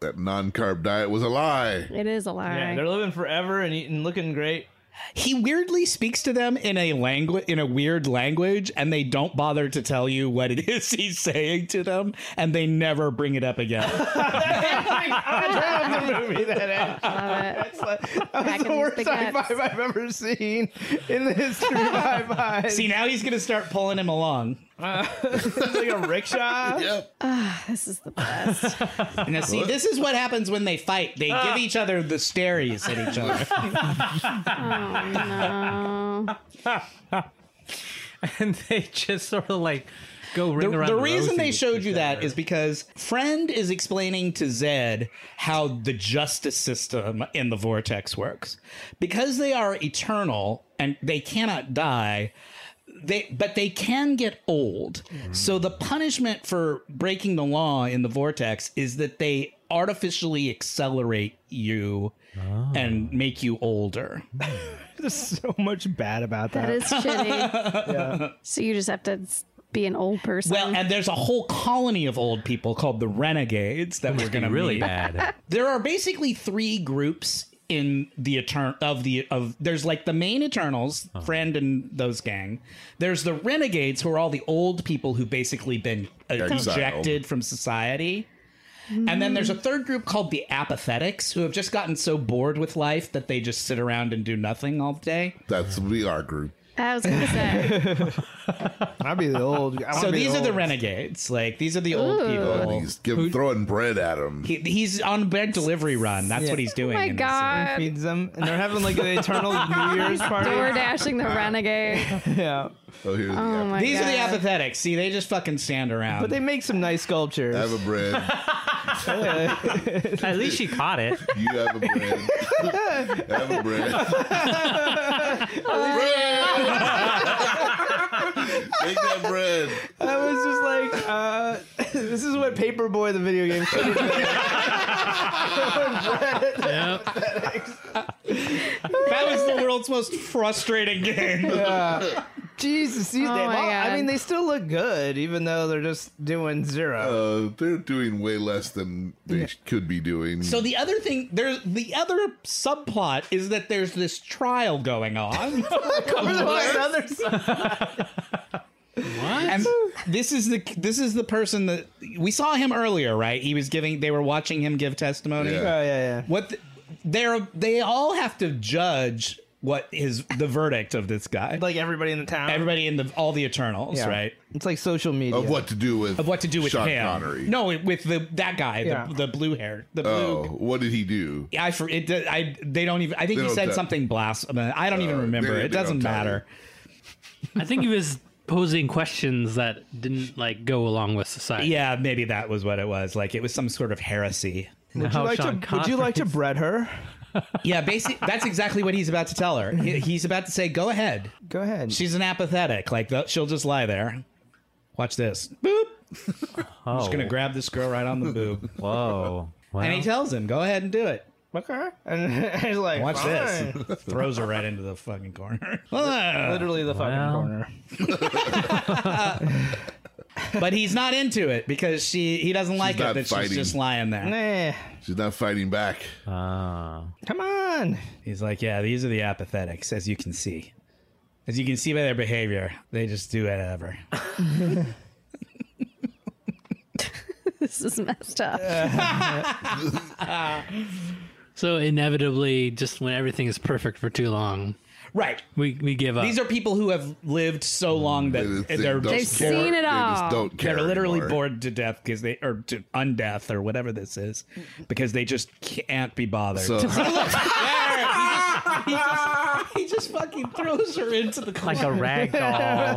E: that non-carb diet was a lie.
C: It is a lie.
D: Yeah, they're living forever and eating, looking great. [LAUGHS]
B: he weirdly speaks to them in a language in a weird language and they don't bother to tell you what it [LAUGHS] is he's saying to them and they never bring it up again
D: That was the movie that had-
C: Love it.
D: that was
C: Back
D: the
C: in
D: worst
C: the
D: high
C: guts.
D: five I've ever seen in the history of
C: [LAUGHS]
D: high fives.
B: see now he's gonna start pulling him along
D: It's like a rickshaw. [LAUGHS]
E: Yep.
C: This is the best.
B: now see this is what happens when they fight they give each other the stares at each other
C: Oh, no.
G: and they just sort of like go
B: The,
G: ring around.
B: the reason they
G: rosy
B: showed you
G: each
B: that
G: other.
B: is because Friend is explaining to Zed how the justice system in the vortex works. Because they are eternal and they cannot die, they but they can get old. So the punishment for breaking the law in the vortex is that they artificially accelerate you and make you older.
D: There's so much bad about that.
C: That is shitty. So you just have to s- be an old person.
B: Well, and there's a whole colony of old people called the renegades that we're going to
G: really
B: meet.
G: bad.
B: [LAUGHS] there are basically three groups in the etern of the of there's like the main eternals friend and those gang there's the renegades who are all the old people who basically been uh,
E: Exiled.
B: ejected from society and then there's a third group called the apathetics who have just gotten so bored with life that they just sit around and do nothing all day
E: That's we our group.
C: I was gonna say
D: I'd be the old. I wanna
B: so
D: be
B: these are the
D: old-
B: renegades like these are the old
C: Ooh.
B: people
E: He's giving, throwing bread at him.
B: he, he's on bed delivery run that's what he's doing
C: Oh my
B: in this
C: God.
D: Feeds them, and they're having like an eternal New Year's party. [LAUGHS]
C: door dashing the renegade.
D: Yeah,
E: Oh, here's
C: Oh my
B: These
C: god.
B: are the apathetics. See, they just fucking stand around.
D: but they make some nice sculptures.
E: Have a bread.
G: At least she caught
D: [LAUGHS]
G: it.
E: You have a bread. have a bread. bread. Take that bread.
D: I was just
E: [LAUGHS]
D: like, uh, [LAUGHS] this is what Paperboy the video game should have
F: Yep.
B: that was the world's most frustrating game.
D: Jesus, these
C: Oh
D: days.
C: my
D: I
C: God.
D: mean, they still look good, even though they're just doing zero.
E: Uh, they're doing way less than they could be doing.
B: So the other thing, there's the other subplot is that there's this trial going
D: [LAUGHS]
B: on,
D: Another side.
B: and this is the this is the person that we saw him earlier, right? He was giving, they were watching him give testimony.
E: Yeah.
D: Oh yeah, [LAUGHS] yeah.
B: What the, they're they all have to judge what is the verdict of this guy.
D: Like everybody in the town.
B: Everybody in the all the Eternals,
D: Yeah.
B: right?
D: It's like social media.
E: of what to do with
B: Of what to do with
E: Sean
B: him?
E: Connery?
B: No, with the that guy,
D: Yeah.
B: the, the blue hair, the blue
E: Oh, what did he do?
B: I for it. I they don't even. I think
E: They
B: you
E: don't
B: said
E: tell-
B: something blasphemous. I don't even
E: Uh,
B: remember.
E: they-
B: it
E: they don't
B: doesn't
E: tell
B: matter.
F: I think he was posing questions that didn't like go along with society.
B: Yeah, maybe that was what it was. Like it was some sort of heresy.
D: Would you, like to, would you like to bread her?
B: Yeah, basically [LAUGHS] that's exactly what he's about to tell her. He- he's about to say, "Go ahead."
D: Go ahead.
B: She's an apathetic. Like th- she'll just lie there. Watch this. Boop. I'm just
E: Oh.
B: gonna grab this girl right on
E: [LAUGHS]
B: the boob,
A: oh,
G: Whoa. Well,
B: and he tells him, "Go ahead and do it."
D: okay. [LAUGHS] And he's like,
B: Watch
D: "Fine."
B: this. Throws her right into the fucking corner. but
D: Literally the fucking
G: Well.
D: corner.
B: he's not into it because she he doesn't like
E: not
B: it that
E: fighting.
B: she's just lying there.
D: Nah,
E: She's not fighting back.
B: Uh,
G: ah.
D: come on.
B: He's like, yeah, these are the apathetics, as you can see. As you can see by their behavior, they just do whatever.
C: this is messed up.
F: So inevitably, just when everything is perfect for too long,
B: Right.
F: we we give up.
B: These are people who have lived so
E: Mm,
B: long that
E: It's- it
B: they're,
E: don't
B: they're
C: They've seen
E: They
C: it
E: just
C: all.
E: don't care.
B: literally
E: anymore.
B: bored to death because they or to undeath or whatever this is because they just can't be bothered. [LAUGHS]
E: So,
B: he just fucking throws her into the
G: Like a rag
B: [LAUGHS]
G: doll.
E: man,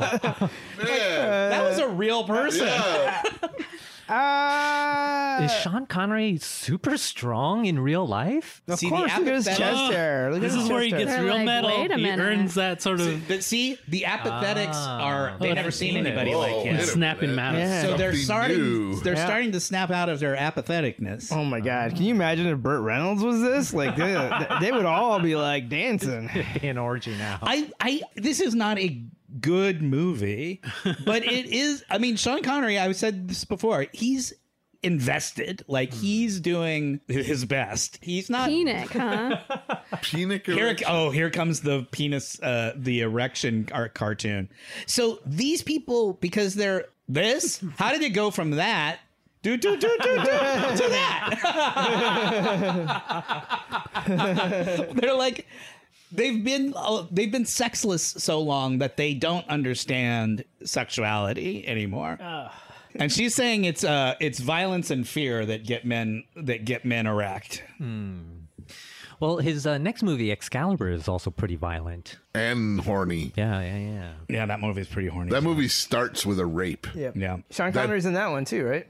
B: That was a real person.
E: yeah.
D: Ah.
B: Uh,
G: Is Sean Connery super strong in real life?
D: Of
B: See, the
D: course, look at his
B: apathetic-
D: chest hair. Look at
F: this
D: his
F: is where
D: chest
F: he
D: hair.
F: gets
C: They're
F: real
C: like,
F: metal.
C: wait a
F: he
C: minute.
F: earns that sort of
B: But see, the apathetics are
F: Mm. Oh,
B: they've never
F: I've
B: seen
F: seen it.
B: anybody like
E: Whoa,
B: him.
E: wait a
F: snapping
E: minute.
F: mouth.
D: Yeah.
B: So they're
E: Something
B: starting
E: new.
B: they're
D: Yeah.
B: starting to snap out of their apatheticness.
D: Oh my God! Can you imagine if Burt Reynolds was this? Like they, they would all be like dancing.
G: In orgy now.
B: I, I this is not a good movie, but it is. I mean, Sean Connery. I've said this before. He's invested. Like he's doing his best. He's not.
C: Penic, huh?
E: Penic
B: Here,
E: erection.
B: oh, here comes the penis, uh, the erection art cartoon. So these people, because they're this, how did it go from that do, do, do, do, do, to that? [LAUGHS] they're like, they've been oh, they've been sexless so long that they don't understand sexuality anymore. And she's saying it's uh it's violence and fear that get men that get men erect.
G: Well, his uh, next movie, Excalibur, is also pretty violent.
E: and horny.
G: Yeah, yeah, yeah.
B: Yeah, that movie's pretty horny.
E: That movie starts with a rape.
D: Yep.
B: Yeah.
D: Sean
E: That-
D: Connery's in that one too, right?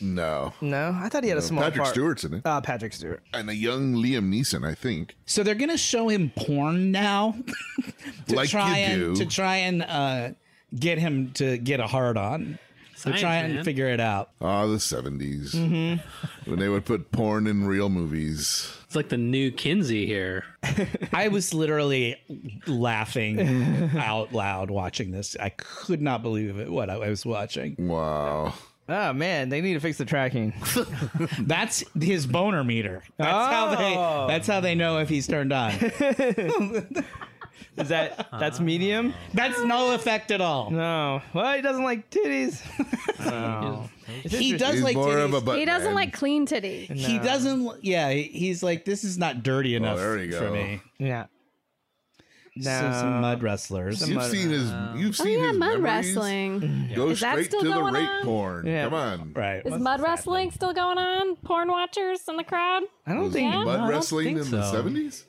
E: No.
D: No, I thought he had a small
E: Uh, Patrick
D: part.
E: Stewart's in it.
D: Uh, Patrick Stewart.
E: And a young Liam Neeson, I think.
B: So they're gonna show him porn now [LAUGHS] to
E: Like
B: try
E: you
B: and
E: do.
B: to try and uh, get him to get a hard on. So
F: Science,
B: try and
F: man.
B: figure it out.
E: Ah, the 70s.
D: Mm-hmm.
E: when they would put porn in real movies.
F: It's like the new Kinsey here.
B: I was literally laughing out loud watching this. I could not believe it what I was watching.
E: Wow.
D: Oh man, they need to fix the tracking.
B: That's his boner meter. That's how
D: Oh.
B: they that's how they know if he's turned on.
D: Is that that's medium?
B: That's no effect at all.
D: No. Well, he doesn't like titties. [LAUGHS]
B: He does
E: He's
B: like
E: more
B: titties.
E: of a butt
C: He doesn't
E: man.
C: like clean titty.
B: he doesn't yeah, he's like this is not dirty enough
E: Oh, there you
B: for
E: go.
B: me.
D: yeah. No.
B: So some mud wrestlers.
E: You've seen his. You've
C: Oh
E: seen
C: yeah,
E: his
C: mud
E: memories.
C: wrestling.
E: Go
C: Is that
E: straight
C: still
E: to the
C: going
E: rape
C: on?
E: porn.
D: Yeah.
E: Come on.
B: Right.
C: Is mud wrestling still going on? Porn watchers in the crowd?
D: I don't think.
C: Yeah.
E: Mud
G: don't
E: wrestling
G: think
E: in the
G: so.
E: seventies?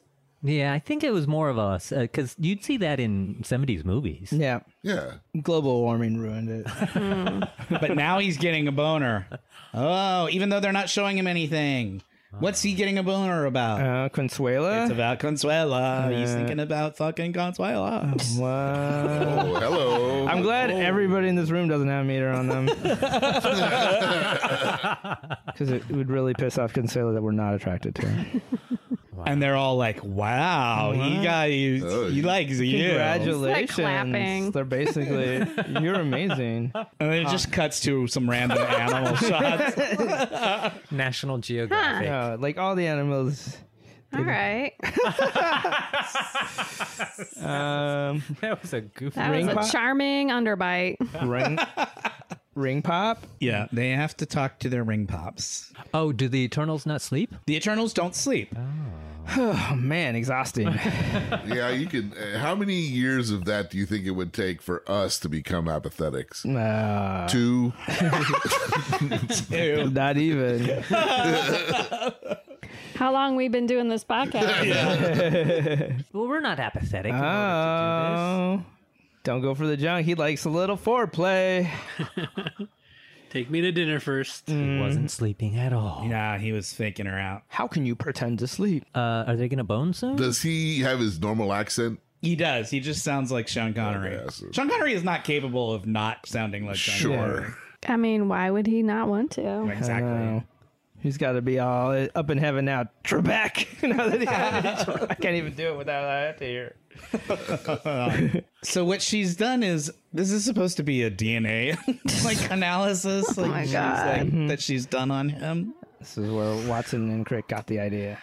G: Yeah, I think it was more of a because you'd see that in '70s movies.
D: Yeah. [LAUGHS]
E: Yeah.
D: Global warming ruined it.
B: but now he's getting a boner. Oh, even though they're not showing him anything. What's he getting a boner about?
D: Uh, Consuela.
B: It's about Consuela. He's thinking about fucking Consuela.
D: Wow.
E: Oh, hello.
D: I'm glad everybody in this room doesn't have meter on them. Because it would really piss off Consuela that we're not attracted to. her.
B: And they're all like, wow, he got you.
E: Oh,
B: he
E: yeah.
B: likes you.
D: Congratulations.
C: It's like clapping.
D: They're basically, you're amazing.
B: And then it just cuts to some random animal shots.
G: National Geographic.
D: No, Uh, like all the animals.
C: All right.
D: Um,
G: That was a goofy.
C: That
D: Ring
C: was a
D: pop?
C: charming underbite.
D: [LAUGHS] ring, ring pop.
B: Yeah, they have to talk to their ring pops.
G: Oh, do the Eternals not sleep?
B: The Eternals don't sleep.
D: Oh, man, exhausting.
E: Yeah, you could. Uh, how many years of that do you think it would take for us to become apathetics?
D: Uh,
E: Two.
B: Ew.
D: [LAUGHS] not even.
C: How long we been doing this podcast?
G: Well, we're not apathetic. in order to
D: Oh, don't go for the junk. He likes a little foreplay.
F: Take me to dinner first.
G: do
A: Mm.
G: this. He wasn't sleeping at all.
B: Nah, he was faking her out.
D: How can you pretend to sleep?
G: Uh, are they gonna bone soon?
E: Does he have his normal accent?
B: He does. He just sounds like Sean Connery.
E: Okay, I see.
B: Sean Connery is not capable of not sounding like Sean Connery.
E: Sure.
C: I mean, why would he not want to?
B: Exactly.
D: He's got to be all up in heaven now. Trebek. [LAUGHS] now that he I can't even do it without that to hear.
B: So what she's done is this is supposed to be a [LAUGHS] DNA like analysis like,
C: Oh my
B: she's,
C: God. Mm-hmm.
B: like, that she's done on him.
D: This is where Watson and Crick got the idea.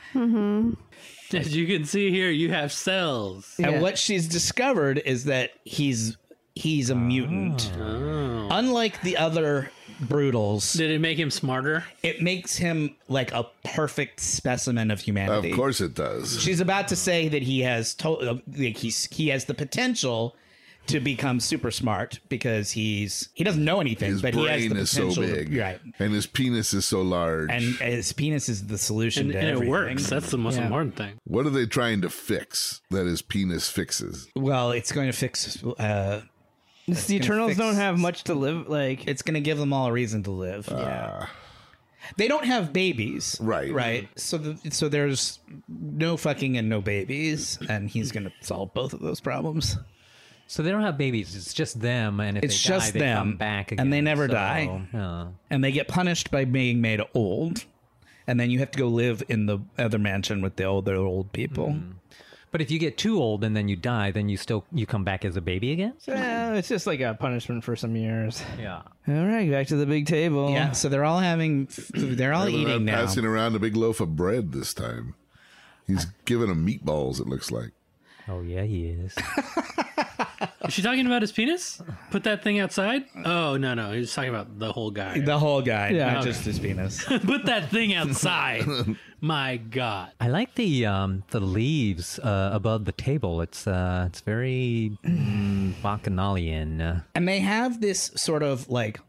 F: As you can see here, you have cells.
D: Yeah.
B: And what she's discovered is that he's he's a mutant.
E: Oh.
B: Unlike the other brutals,
F: Did it make him smarter?
B: it makes him like a perfect specimen of
E: Of
B: humanity.
E: course it does.
B: She's about to say that he has to- uh, like he's he has the potential to become super smart because he's he doesn't know anything,
E: His
B: but he has
E: brain
B: the
E: is so
B: potential. to-
E: big,
B: right?
E: And his penis is so large.
B: And his penis is the solution,
F: And,
B: to
F: and it
B: everything.
F: works. That's the most important thing.
E: what are they trying to fix that his penis fixes?
B: Well, it's going to fix. Uh,
D: the Eternals
B: fix-
D: don't have much to live. Like
B: it's going to give them all a reason to live. They don't have babies,
E: Uh, Right.
B: Right. So, the, so there's no fucking and no babies, and he's going to solve both of those problems.
G: so they don't have babies. It's just them, and if
B: It's
G: they die,
B: just
G: they
B: them,
G: come back again.
B: and they never
G: So,
B: die.
G: uh,
B: And they get punished by being made old, and then you have to go live in the other mansion with the other old people.
E: Mm-hmm.
G: but if you get too old and then you die, then you still you come back as a baby again.
D: eh, it's just like a punishment for some years.
G: Yeah.
D: All right, back to the big table.
B: Yeah. So they're all having, they're all
E: They're
B: eating now.
E: passing around a big loaf of bread this time.
B: Uh,
E: He's giving him meatballs, it looks like.
G: Oh yeah, he is.
F: Is she talking about his penis? Put that thing outside? Oh, no, no. He's talking about the whole guy.
B: The whole guy,
D: Yeah.
B: not just his penis.
F: [LAUGHS] Put that thing outside. My God.
G: I like the um, the leaves uh, above the table. It's uh, it's very mm, bacchanalian.
B: and they have this sort of like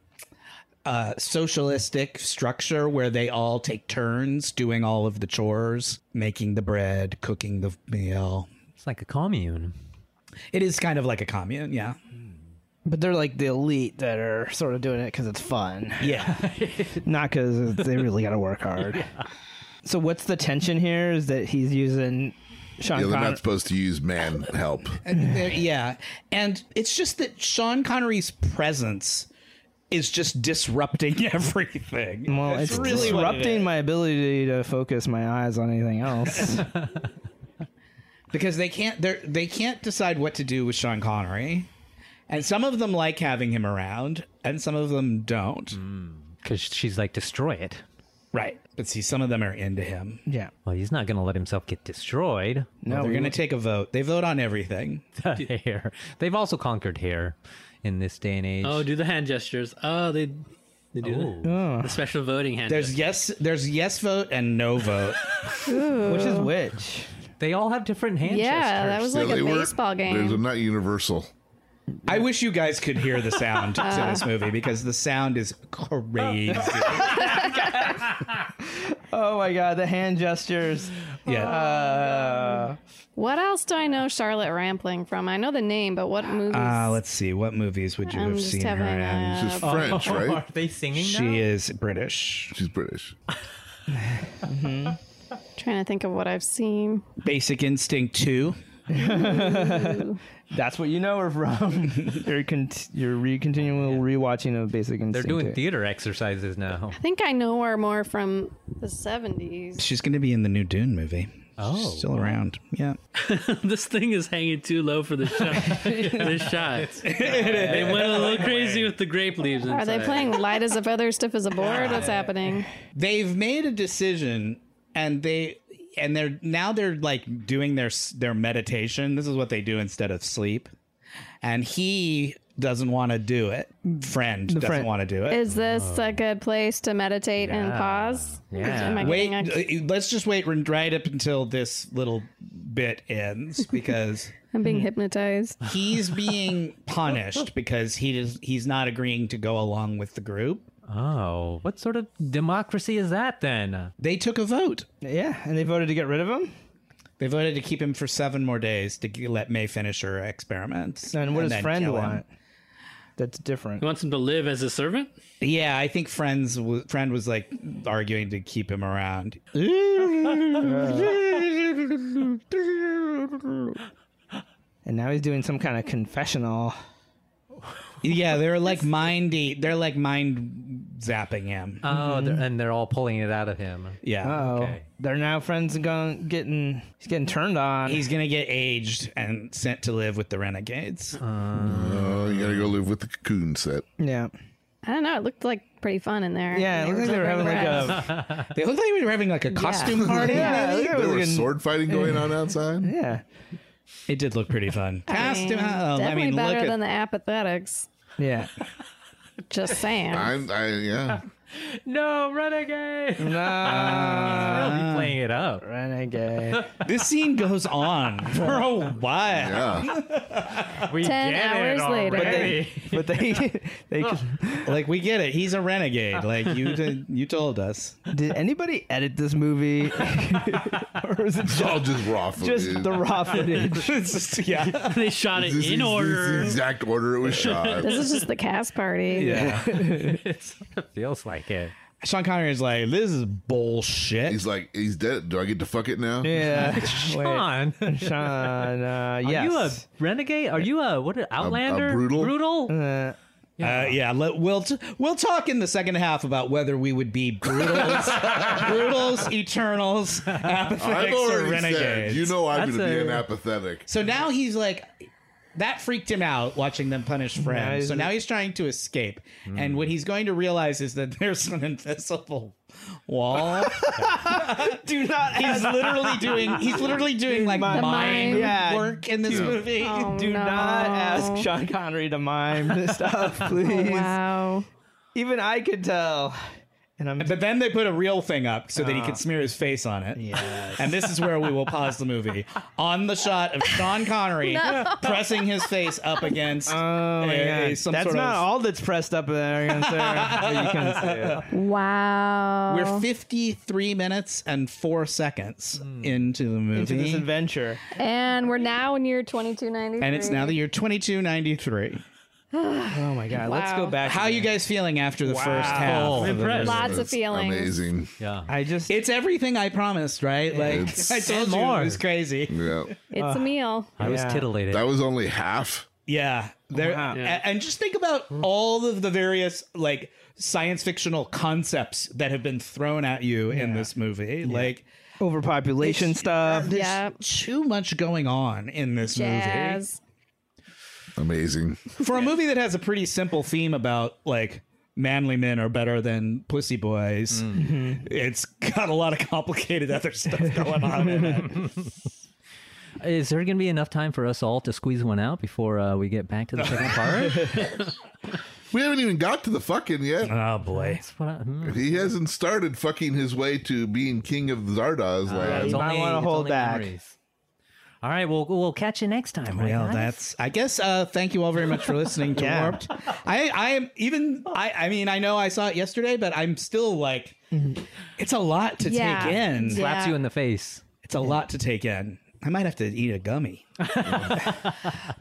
B: uh, socialistic structure where they all take turns doing all of the chores, making the bread, cooking the meal.
G: It's like a commune.
B: It is kind of like a commune, yeah.
D: But they're like the elite that are sort of doing it because it's fun,
B: [LAUGHS] Yeah.
D: not because they really got to work
F: [LAUGHS]
D: hard. So what's the tension here? Is that he's using Sean
E: Yeah, they're
D: Connery?
E: not supposed to use man
C: [LAUGHS]
E: help.
B: There- yeah. And it's just that Sean Connery's presence is just disrupting [LAUGHS] everything.
D: well, it's
F: really what it
D: disrupting my ability to focus my eyes on anything
F: [LAUGHS]
D: else.
B: because they can't they they can't decide what to do with Sean Connery. And some of them like having him around and some of them don't.
G: Because she's like, destroy it.
B: Right. But see some of them are into him.
D: yeah.
G: Well, he's not going to let himself get destroyed. [LAUGHS]
D: No,
B: They're
D: we
B: going to
D: won't.
B: take a vote. They vote on everything.
G: hair. They've also conquered hair in this day and age.
F: Oh, do the hand gestures. Oh, they they do
G: Ooh.
F: the, the special voting hand.
B: There's
F: gestures.
B: yes there's yes vote and no vote.
D: which is which.
G: They all have different hand
C: Yeah, that
G: gestures.
C: was
E: Yeah,
C: like
E: they
C: a
E: were-
C: baseball
E: They're
C: game.
E: not universal.
B: I wish you guys could hear the sound to this movie because the sound is crazy.
D: [LAUGHS] Oh my god, the hand gestures.
B: Yeah.
D: Uh,
C: What else do I know Charlotte Rampling from? I know the name, but what movies?
B: Uh, let's see. What movies would you
C: I'm
B: have
C: just
B: seen her
C: having
B: in?
C: a-
B: [LAUGHS]
E: She's French, right?
G: Are they singing
B: She is British.
E: She's British.
C: trying to think of what I've seen.
B: Basic Instinct 2.
D: that's what you know her from. you're con- you're re- continual rewatching of Basic Instinct.
G: They're doing
D: too.
G: theater exercises now.
C: I think I know her more from the 70s.
B: She's going to be in the new Dune movie.
G: Oh.
B: She's still around. Yeah.
F: this thing is hanging too low [LAUGHS] for the shot. the shot. [LAUGHS] They went a little crazy with the grape leaves.
C: Are they
F: inside.
C: playing light as a feather, stiff as a board? What's happening?
B: They've made a decision and they and they're now they're like doing their s- their meditation. This is what they do instead of sleep. And he doesn't want to do it. Friend doesn't
D: friend-
B: want to do it.
C: Is this a good place to meditate and pause?
G: Yeah.
C: Am I
B: Wait,
C: getting a-
B: uh, let's just wait right up until this little bit ends because
D: uh,
C: I'm being hypnotized.
B: he's being punished because he does, he's not agreeing to go along with the group.
G: Oh, what sort of democracy is that then?
B: They took a vote.
D: Yeah, and they voted to get rid of him.
B: They voted to keep him for seven more days to g- let May finish her experiments.
D: And what does
B: then
D: friend
B: kill him.
D: want? That's different. [LAUGHS] Uh.
F: He wants him to live as a servant. [LAUGHS]
B: Yeah, I think friends w- friend was like arguing to keep him around.
D: And now he's doing some kind of confessional.
B: Yeah, they're like mindy. They're like mind zapping him.
C: Uh,
G: Oh, they're, and they're all pulling it out of him.
B: yeah.
D: Oh,
G: Okay.
D: they're now friends and going getting he's getting turned on.
B: He's gonna get aged and sent to live with the renegades.
C: Uh-huh.
E: Oh, you gotta go live with the cocoon
C: [LAUGHS]
E: set.
D: yeah,
C: I don't know. It looked like pretty fun in there.
D: yeah. It looks like they were having like a
B: They look like we were having like a
E: [LAUGHS]
B: costume party.
D: yeah. it looked like it
E: There
D: was like
E: was
D: a-
E: sword fighting
B: [LAUGHS]
E: going on
D: [LAUGHS]
E: outside.
D: Yeah,
B: It did look pretty fun.
C: I mean,
B: Costume.
D: um,
B: oh,
C: definitely
B: I mean, look
C: better
B: at
C: than the apathetics.
D: yeah.
C: Just saying.
E: I'm,
B: [LAUGHS]
E: I, yeah.
G: No, renegade!
D: [LAUGHS] No,
G: Really playing it up.
D: renegade.
B: this scene goes
C: [LAUGHS]
B: on for a while.
E: Yeah.
G: We
C: Ten
G: get it
C: hours later.
G: already.
D: But they they
B: Like we get it. He's a renegade. Like you did, you told
C: [LAUGHS]
B: us.
D: did anybody edit this movie or is it
E: It's all just raw footage.
D: just the raw footage?
B: It's just- yeah.
F: They shot it
E: This is-
F: in
E: this is the
F: order.
E: exact order it was
C: [LAUGHS]
E: shot.
C: This is just the cast party.
B: Yeah.
G: Feels like it.
B: Sean Connery is like, this is bullshit.
E: He's like, he's dead. Do I get to fuck it now?
D: Yeah, Wait,
G: Sean,
D: Sean. Uh,
G: are you a
D: yes.
G: renegade? Are you a what? a- Outlander?
E: brutal?
G: Brutal?
D: uh,
B: Uh, yeah. Let, we'll t- we'll talk in the second half about whether we would be brutals, brutals, eternals,
E: I've
B: apathetics, or
E: already said,
B: renegades.
E: you know, I'm
G: That's
E: gonna be
G: a-
E: an apathetic.
B: so now he's like. That freaked him out watching them punish
D: Yeah,
B: friends.
D: he's-
B: so now he's trying to escape. And what he's going to realize is that there's an invisible wall.
D: do not
B: he's literally doing he's literally doing like
D: The
B: mind,
C: mime.
D: Yeah.
B: work in this movie.
C: Oh,
D: Do
C: no.
D: not ask Sean Connery to mime this stuff, please.
C: Wow.
D: Even I could tell. And I'm
B: But then they put a real thing up so that he could smear his face on it.
D: Ah. Yes.
B: And this is where we will pause the movie on the shot of Sean Connery pressing his face up against
D: Oh my
B: a-
D: God.
B: some
D: that's
B: sort
D: not
B: of.
D: all that's pressed up there. Against there. but you can see it.
C: Wow.
B: We're 53 minutes and four seconds into the
D: Hmm. Into this
B: movie.
D: adventure.
C: and we're now in year 2293.
B: and it's now the year 2293.
D: Oh my god! Let's go
C: Wow.
D: back.
B: How are you guys feeling after the first half?
F: Oh,
B: of the
F: impressed.
B: movie?
C: Lots of
E: That's
C: feelings.
E: Amazing.
D: I just
B: It's everything I promised, right? Like
E: It's-
B: I told
A: And
B: you,
A: more.
B: it was crazy.
E: Yeah.
C: It's a meal.
A: I was
D: Yeah.
A: titillated.
E: That was only half.
B: Yeah. There
D: Wow.
B: a- and just think about all of the various like science fictional concepts that have been thrown at you in this movie. Like
D: overpopulation stuff.
B: there's
C: Yeah.
B: too much going on in this
C: Jazz.
E: Amazing.
B: movie. [LAUGHS] For a movie that has a pretty simple theme about like manly men are better than pussy boys. It's got a lot of complicated other [LAUGHS] stuff going on in it.
A: Is there going to be enough time for us all to squeeze one out before uh, we get back to the second part?
D: [LAUGHS]
E: We haven't even got to the fucking yet.
B: Oh boy.
A: That's what I, hmm.
E: He hasn't started fucking his way to being king of Zardoz land.
A: It's
D: might
A: only-
D: wanna
A: it's
D: hold
A: only
D: back.
A: memories. All right, we'll we'll catch you next time. Right,
B: Well,
A: guys?
B: that's. I guess. Uh, thank you all very much for listening
C: [LAUGHS]
B: to
D: Yeah.
B: Warped. I, I am even. I, I mean, I know I saw it yesterday, but I'm still like, it's a lot to
C: Mm-hmm. Yeah.
B: take in.
C: Yeah.
A: slaps you in the face.
B: It's a lot to take in. I might have to eat a
C: [LAUGHS]
B: gummy.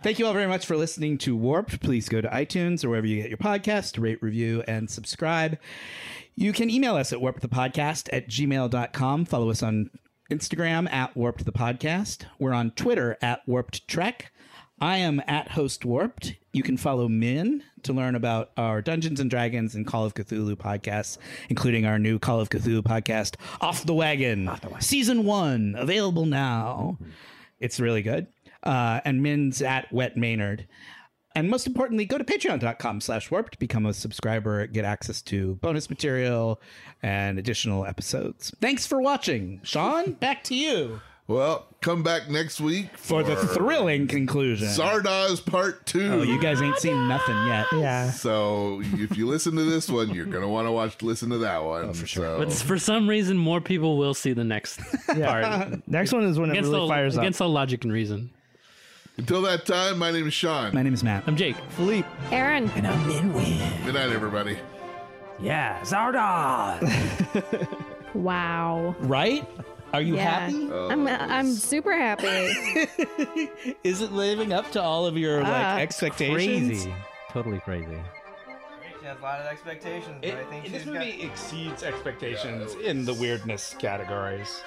B: Thank you all very much for listening to Warped. Please go to iTunes or wherever you get your podcast, rate, review, and subscribe. You can email us at warpedthepodcast at gmail.com. Follow us on Instagram at warped the podcast. We're on Twitter at warped trek. I am at host warped. You can follow Min to learn about our Dungeons and Dragons and Call of Cthulhu podcasts, including our new Call of Cthulhu podcast, Off the Wagon, season one, available now. It's really good. Uh, and Min's at Wet Maynard. And most importantly, go to patreon.com slash warped, become a subscriber, get access to bonus material and additional episodes. Thanks for watching. Sean, [LAUGHS] back to you
E: Well, come back next week
B: for the thrilling conclusion.
E: Zardoz Part Two.
B: Oh, you guys ain't seen nothing yet.
D: yeah.
E: so if you listen to this one, you're gonna want to watch listen to that one. So
F: But for some reason, more people will see the [LAUGHS] next part.
D: Next one is when it
F: Against,
D: really
F: all,
D: fires up.
F: against all logic and reason.
E: until that time, my name is Sean.
B: My name is Matt.
F: I'm Jake.
D: Philippe.
C: Aaron.
A: uh,
E: Good night, everybody.
A: Yeah, Zardoz.
C: Wow.
B: Right? Are you
C: Yeah.
B: happy?
C: I'm uh, I'm super happy.
B: Is it living up to all of your like
C: Ah,
B: expectations?
A: crazy, totally crazy.
D: She has a lot of expectations, but I think she's got.
B: exceeds expectations in the weirdness categories.